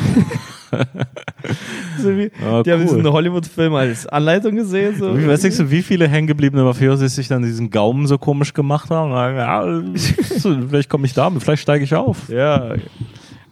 so wie, Ah, Die haben cool. diesen Hollywood-Film als Anleitung gesehen. So. Wie, was denkst du, wie viele hängengebliebene Mafiosis sich dann diesen Gaumen so komisch gemacht haben? Und sagen, Ja, so, vielleicht komme ich da, vielleicht steige ich auf. Ja.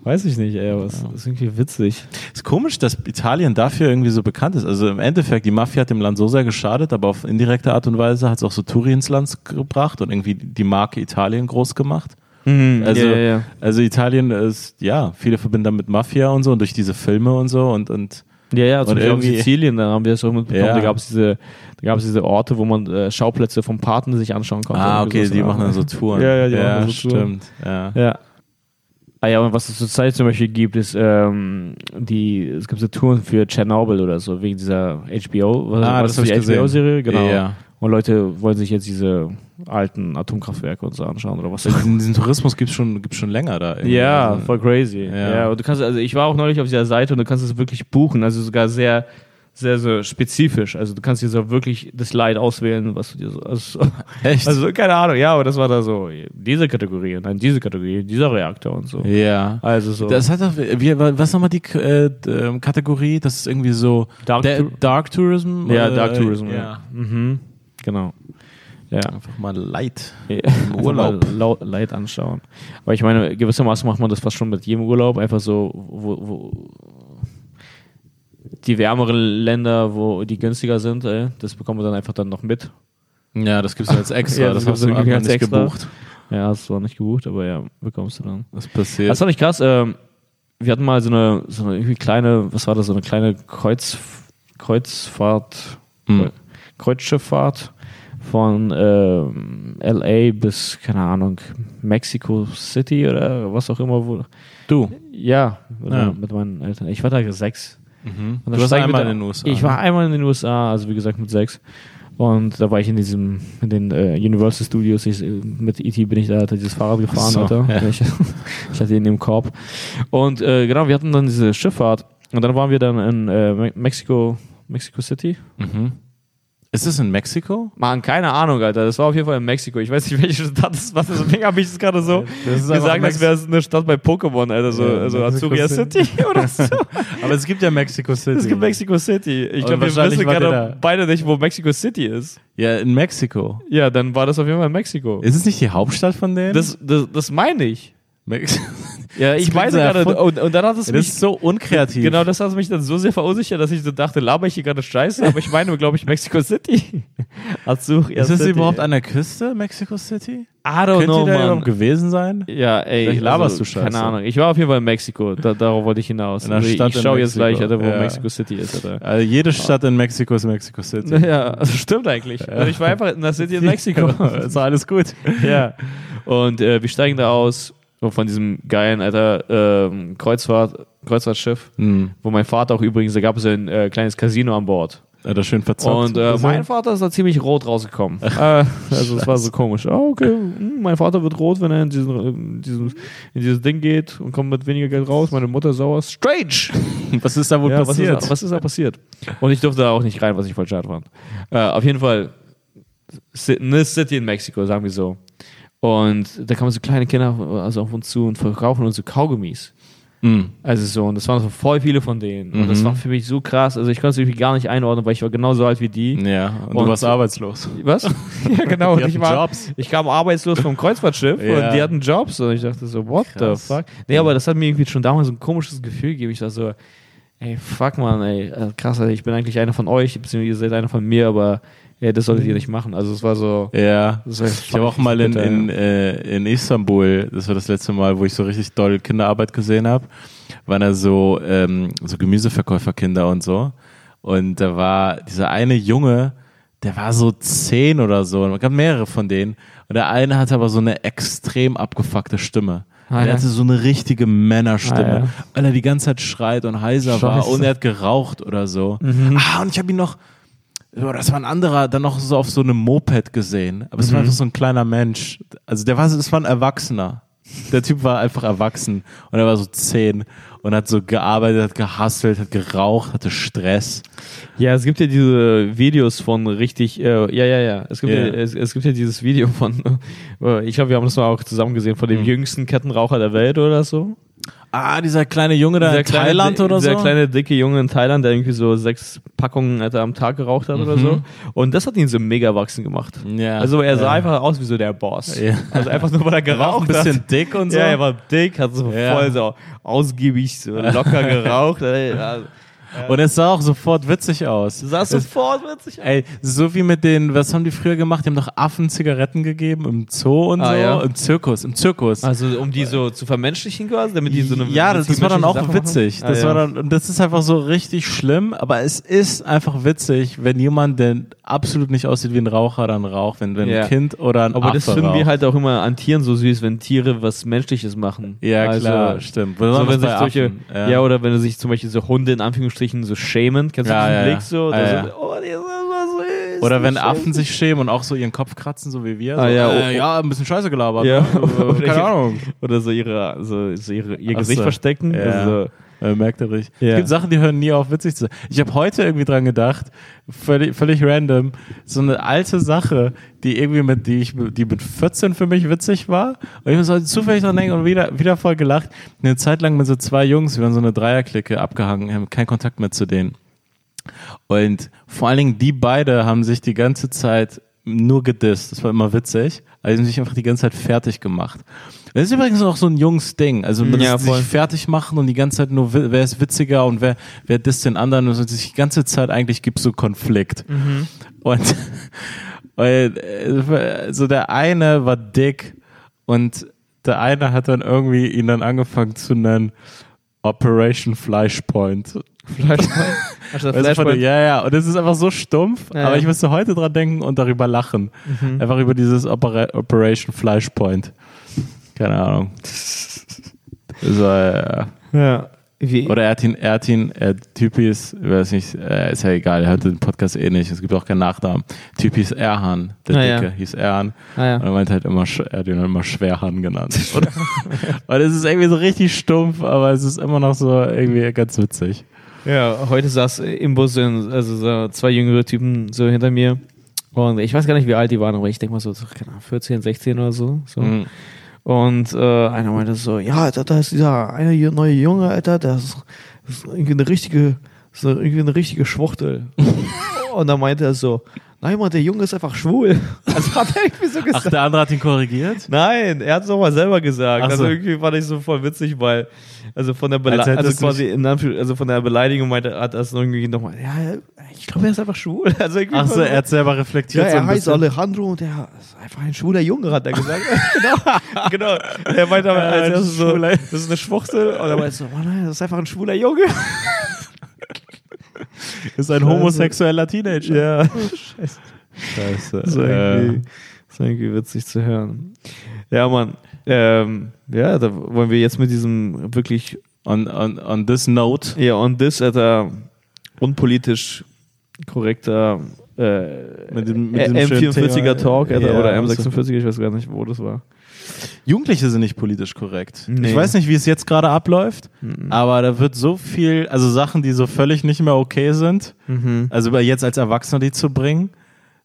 Weiß ich nicht, ey, aber es ist irgendwie witzig. Ist komisch, dass Italien dafür irgendwie so bekannt ist. Also im Endeffekt, die Mafia hat dem Land so sehr geschadet, aber auf indirekte Art und Weise hat es auch so Touri ins Land gebracht und irgendwie die Marke Italien groß gemacht. Also, ja, ja, ja. also Italien ist, ja, viele verbinden damit Mafia und so und durch diese Filme und so und, und Ja, ja, zum Und Beispiel auf irgendwie- Sizilien, da haben wir das auch mitbekommen, Ja. da gab es diese, da gab's diese Orte, wo man äh, Schauplätze vom Paten sich anschauen konnte. ah, Irgendwie okay, so ne? die eine machen Art. dann so Touren. Ja, ja, die machen dann so Touren. stimmt. Ja. Ja. Ah ja, und was es zurzeit zum Beispiel gibt, ist ähm, die, es gibt so Touren für Tschernobyl oder so, wegen dieser HBO, was, Ah, was das hab ist ich die HBO-Serie, gesehen. genau. Ja. Und Leute wollen sich jetzt diese alten Atomkraftwerke und so anschauen oder was. Also Diesen, diesen Tourismus gibt es schon, gibt's schon länger da. irgendwie. Ja, Also- voll crazy. Ja. Ja. und du kannst, also ich war auch neulich auf dieser Seite und du kannst es wirklich buchen, also sogar sehr, sehr, sehr spezifisch. Also du kannst dir so wirklich das Leid auswählen, was du dir so. Also, Echt? also keine Ahnung, ja, aber das war da so diese Kategorie und dann diese Kategorie, dieser Reaktor und so. ja. Also so. Das hat doch, wie, was nochmal die äh, d- ähm, Kategorie? Das ist irgendwie so Dark Der- Tour- Dark Tourism? ja, Äh, Dark Tourism, ja. ja. Mhm. Genau. Ja. eh, Einfach mal Light. Im Urlaub. Leid anschauen. Aber ich meine, gewissermaßen macht man das fast schon mit jedem Urlaub, einfach so, wo, wo die wärmeren Länder, wo die günstiger sind, ey, das bekommen wir dann einfach dann noch mit. Ja, das gibt es als extra. Ja, das das gibt's hast du irgendwie einfach als nicht extra. gebucht. Ja, hast du zwar nicht gebucht, aber ja, bekommst du dann. Das passiert. Das war nicht krass. Ähm, wir hatten mal so eine, so eine irgendwie kleine, was war das, so eine kleine Kreuz, Kreuzfahrt, Mhm. Kreuzschifffahrt von äh, LA bis, keine Ahnung, Mexico City oder was auch immer. Wo, Du. ja, oder Ja. mit meinen Eltern. Ich war da sechs. Und dann Du warst steigen wir einmal da- in den USA, Ich war einmal in den USA, also wie gesagt mit sechs. Und da war ich in diesem, in den äh, Universal Studios, ich, äh, mit E.T. bin ich da, hatte dieses Fahrrad gefahren, so, Alter. ja. Ich, ich hatte ihn im Korb. Und äh, genau, wir hatten dann diese Schifffahrt. Und dann waren wir dann in äh, Me- Mexico, Mexico City. Ist das in Mexiko? Mann, keine Ahnung, Alter. Das war auf jeden Fall in Mexiko. Ich weiß nicht, welche Stadt das war. Deswegen habe ich es gerade so Das ist einfach gesagt, als wäre es eine Stadt bei Pokémon, Alter. So, Ja, also Mexico Azuria City. City oder so. Aber es gibt ja Mexico City. Es gibt Mexico City. Ich glaube, wir wahrscheinlich wissen wart ihr gerade da. beide nicht, wo Mexico City ist. Ja, in Mexiko. Ja, dann war das auf jeden Fall Mexiko. Ist es nicht die Hauptstadt von denen? Das, das, das meine ich. Mex Ja, Das ich klingt meine so gerade. erfund- Und, und dann hat es das mich. ist so unkreativ. Genau, das hat mich dann so sehr verunsichert, dass ich so dachte, laber ich hier gerade Scheiße, aber ich meine, glaube ich, Mexico City. Azuria Ist es City. überhaupt an der Küste, Mexico City? I don't Könnte know, da überhaupt man. gewesen sein? Ja, ey. also Vielleicht laberst du Scheiße. Keine Ahnung. Ich war auf jeden Fall in Mexiko. Da, darauf wollte ich hinaus. In einer Also Stadt ich in schaue jetzt Mexiko. gleich, Alter, wo Ja. Mexico City ist, Alter. Also jede Stadt in Mexiko ist Mexico City. Ja, also stimmt eigentlich. Also ich war einfach in der City in Mexiko. ist alles gut. ja. Und äh, wir steigen da aus von diesem geilen, Alter, ähm, Kreuzfahrt, Kreuzfahrtschiff, wo mein Vater auch übrigens, da gab es ja ein äh, kleines Casino an Bord. Hat er schön verzockt. Und äh, mein Vater ist da ziemlich rot rausgekommen. äh, also es war so komisch. Ah, okay, hm, mein Vater wird rot, wenn er in, diesen, in, diesen, in dieses Ding geht und kommt mit weniger Geld raus. Meine Mutter ist sauer. Strange! was ist da wohl Ja, was ist, passiert? da- was ist da passiert? Und ich durfte da auch nicht rein, was ich voll schade fand. Äh, auf jeden Fall, Si- eine City in Mexiko, sagen wir so. Und da kamen so kleine Kinder also auf uns zu und verkaufen uns so Kaugummis. Hm. Also so, und das waren so voll viele von denen. Und das war für mich so krass. Also ich konnte es irgendwie gar nicht einordnen, weil ich war genauso alt wie die. ja, und, du Und- warst arbeitslos. Was? ja, genau. Die Und ich, hatten war, Jobs. ich kam arbeitslos vom Kreuzfahrtschiff Ja. und die hatten Jobs. Und ich dachte so, what Krass. the fuck? Nee, aber das hat mir irgendwie schon damals so ein komisches Gefühl gegeben. Ich dachte so, ey, fuck man, ey, äh, krass, Alter, ich bin eigentlich einer von euch, beziehungsweise ihr seid einer von mir, aber ey, das solltet ihr nicht machen. Also es war so. Ja. das war Ich habe auch mal in, bitter, in, äh, in Istanbul, das war das letzte Mal, wo ich so richtig doll Kinderarbeit gesehen habe, waren da so, ähm, so Gemüseverkäuferkinder und so. Und da war dieser eine Junge, der war so zehn oder so. Und es gab mehrere von denen. Und der eine hatte aber so eine extrem abgefuckte Stimme. Ah, der ja. hatte so eine richtige Männerstimme, Ah, ja. weil er die ganze Zeit schreit und heiser war Scheiße. und er hat geraucht oder so. Ah, und ich habe ihn noch, ja, das war ein anderer, dann noch so auf so einem Moped gesehen. Aber es war einfach so ein kleiner Mensch. Also der war, so- es war ein Erwachsener. Der Typ war einfach erwachsen und er war so zehn und hat so gearbeitet, hat gehasselt, hat geraucht, hatte Stress. Ja, es gibt ja diese Videos von richtig, äh, ja, ja, ja. Es gibt, Ja. ja. es, es gibt ja dieses Video von, äh, ich glaube, wir haben das mal auch zusammen gesehen, von dem jüngsten Kettenraucher der Welt oder so. Ah, dieser kleine Junge da in Dieser kleine- Thailand oder dieser so. kleine dicke Junge in Thailand, der irgendwie so sechs Packungen Alter, am Tag geraucht hat oder so. Und das hat ihn so mega wachsen gemacht. Ja. Also er sah Ja. einfach aus wie so der Boss. Ja. Also einfach nur, weil er der war auch ein geraucht hat. bisschen dick und so. Ja, er war dick, hat so Ja. voll so ausgiebig, so locker geraucht. Ey, also, und es sah auch sofort witzig aus. sah sofort witzig aus. Ey, so wie mit den, was haben die früher gemacht? Die haben doch Affen Zigaretten gegeben im Zoo und Ah, so. ja. Im Zirkus, im Zirkus. Also um die so zu vermenschlichen quasi, damit die so eine ja, das, witzige das war dann menschliche auch Sache machen? witzig. Ah, Das ja. war dann, und das ist einfach so richtig schlimm, aber es ist einfach witzig, wenn jemand, der absolut nicht aussieht wie ein Raucher, dann raucht, wenn, wenn Ja. ein Kind oder ein aber Affe das finden wir raucht. halt auch immer an Tieren so süß, wenn Tiere was Menschliches machen. Ja, Also, klar, stimmt. So, Besonders wenn sich bei solche, Affen, ja. oder wenn sich zum Beispiel so Hunde in Anführungsstrichen so schämen, kennst du Ja, diesen ja, ja. Blick so? Ah, Oder so, ja. Oh, die sind so süß. Oder wenn die Affen sich schämen und auch so ihren Kopf kratzen, so wie wir. So, Ah, ja, oh, äh, ja, ein bisschen Scheiße gelabert. Ja. ne? Äh, Keine Ahnung. schämen. Oder so, ihre, so, so ihre, ihr Ach Gesicht so. verstecken. Ja. Also, Äh, merkt er richtig. Ja. Es gibt Sachen, die hören nie auf, witzig zu sein. Ich habe heute irgendwie dran gedacht, völlig, völlig random, so eine alte Sache, die irgendwie mit, die ich, die mit 14 für mich witzig war. Und ich muss heute zufällig dran denken und wieder, wieder voll gelacht. Eine Zeit lang mit so zwei Jungs, wir haben so eine Dreierklicke abgehangen, haben keinen Kontakt mehr zu denen. Und vor allen Dingen die beide haben sich die ganze Zeit nur gedisst. Das war immer witzig. Also die haben sich einfach die ganze Zeit fertig gemacht. Das ist übrigens auch so ein junges Ding. Also man Ja, ja, sich voll. fertig machen und die ganze Zeit nur, wi- wer ist witziger und wer, wer disst den anderen. Und sich die ganze Zeit eigentlich gibt so Konflikt. Mhm. Und weil, äh, so der eine war dick und der eine hat dann irgendwie ihn dann angefangen zu nennen Operation Flashpoint. Flashpoint. Also Weißt du, von der- Flashpoint. ja, ja, und es ist einfach so stumpf, Ja, aber ja. Mhm. ich müsste heute dran denken und darüber lachen. Einfach über dieses Opera Operation Flashpoint. Keine Ahnung. Das war, ja. Ja. Wie, Oder er hat ihn, er hat ihn, äh, Typis, ich weiß nicht, äh, ist ja egal, er hört den Podcast eh nicht, es gibt auch keinen Nachnamen. Typis Erhan, der Ah, ja. Dicke, hieß Erhan. ah, Und ja. er meint halt immer, Sch- er hat ihn immer Schwerhan genannt. Oder? Weil es ist irgendwie so richtig stumpf, aber es ist immer noch so irgendwie ganz witzig. ja, heute saß im Bus in, also so zwei jüngere Typen so hinter mir. Und ich weiß gar nicht, wie alt die waren, aber ich denke mal so, so keine Ahnung, 14, 16 oder so. so. Mhm. Und äh, einer meinte so, ja, Alter, da ist dieser eine hier neue Junge, Alter, der ist, das ist irgendwie eine richtige, ist eine- irgendwie eine richtige Schwuchtel. Und dann meinte er so, nein, Mann, der Junge ist einfach schwul. Also hat er irgendwie so gesagt. Ach, der andere hat ihn korrigiert? Nein, er hat es nochmal selber gesagt. Ach so. Also irgendwie fand ich so voll witzig, weil also von der Bele Als hättest also du quasi in Anführ also von der Beleidigung meinte hat er es irgendwie nochmal. Ja, ich glaube, er ist einfach schwul. Also irgendwie Ach so, voll- er hat selber reflektiert. ja, so er ein heißt bisschen. Alejandro und er ist einfach ein schwuler Junge, hat er gesagt. genau, genau. Er meinte aber als ein erstes so, schwuler- das ist eine Schwuchtel. Und er meinte so, oh nein, das ist einfach ein schwuler Junge. Ist ein homosexueller Teenager. Ja, Scheiße. so äh, irgendwie, ist irgendwie witzig zu hören. Ja, Mann. Ähm, ja, da wollen wir jetzt mit diesem wirklich on, on, on this note. Ja, on this, Alter, unpolitisch korrekter äh, Mit dem- mit äh, diesem schönen Thema. M44er Talk, Alter, Ja, oder also- M46, ich weiß gar nicht, wo das war. Jugendliche sind nicht politisch korrekt. Ich Nee. weiß nicht, wie es jetzt gerade abläuft, Hm. aber da wird so viel, also Sachen, die so völlig nicht mehr okay sind, Mhm. also über jetzt als Erwachsener die zu bringen,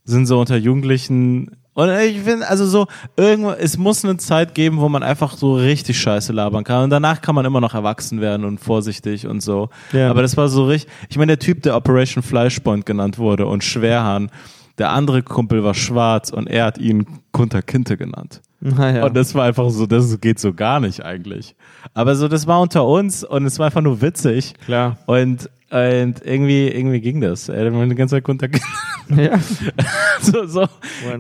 sind so unter Jugendlichen. Und ich finde, also so, irgendwo, es muss eine Zeit geben, wo man einfach so richtig Scheiße labern kann. Und danach kann man immer noch erwachsen werden und vorsichtig und so. Ja. Aber das war so richtig. Ich meine, der Typ, der Operation Flashpoint genannt wurde und Schwerhahn, der andere Kumpel war schwarz und er hat ihn Kunter Kinte genannt. Naja. Und das war einfach so, das geht so gar nicht eigentlich. Aber so, das war unter uns und es war einfach nur witzig. Klar. Und, und irgendwie, irgendwie ging das. Er hat mir die ganze Zeit Kontakt. Ja. so, so. not?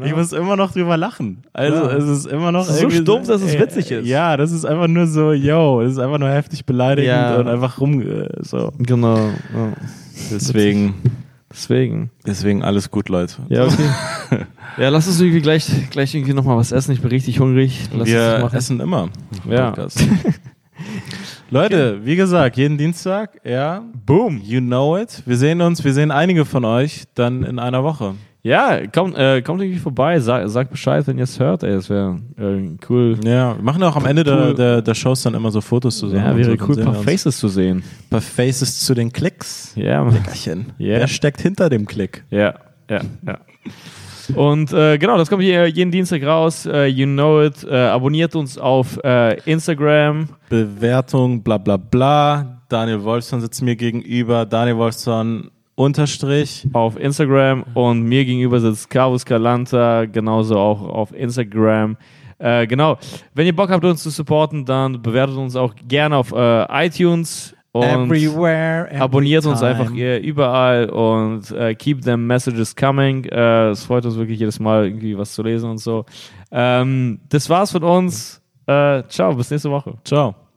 Ich muss immer noch drüber lachen. Also, Ja. es ist immer noch. Es ist so irgendwie stumpf, dass es äh, witzig ist. Ja, das ist einfach nur so, yo, das ist einfach nur heftig beleidigend Ja. und einfach rum. äh, So. Genau. ja. Deswegen, Deswegen. deswegen alles gut, Leute. Ja, okay. ja, lass uns irgendwie gleich, gleich irgendwie nochmal was essen. Ich bin richtig hungrig. Lass uns Wir das machen. essen immer. im Ja. Podcast. Leute, wie gesagt, jeden Dienstag, ja. Boom. You know it. Wir sehen uns, wir sehen einige von euch dann in einer Woche. Ja, kommt, äh, kommt irgendwie vorbei. Sag, sagt Bescheid, wenn ihr es hört. Ey, es wäre äh, cool. Ja, wir machen auch am Ende der, Cool. der, der Shows dann immer so Fotos zusammen. Ja, und wäre so, dann cool, ein sehen wir paar uns. Faces zu sehen. paar Faces zu den Klicks. Ja, Mann. Leckerchen. Ja. Wer steckt hinter dem Klick? Ja, ja, ja. Und äh, genau, das kommt hier jeden Dienstag raus. Äh, you know it. Äh, abonniert uns auf äh, Instagram. Bewertung, bla bla bla. Daniel Wolfson sitzt mir gegenüber. Daniel Wolfson unterstrich. Auf Instagram und mir gegenüber sitzt Carlos Calanta, genauso auch auf Instagram. Äh, genau. Wenn ihr Bock habt, uns zu supporten, dann bewertet uns auch gerne auf äh, iTunes und Everywhere. every abonniert uns time. einfach äh, überall und äh, keep them messages coming. Äh, es freut uns wirklich jedes Mal irgendwie was zu lesen und so. Ähm, das war's von uns. Äh, ciao, bis nächste Woche. Ciao.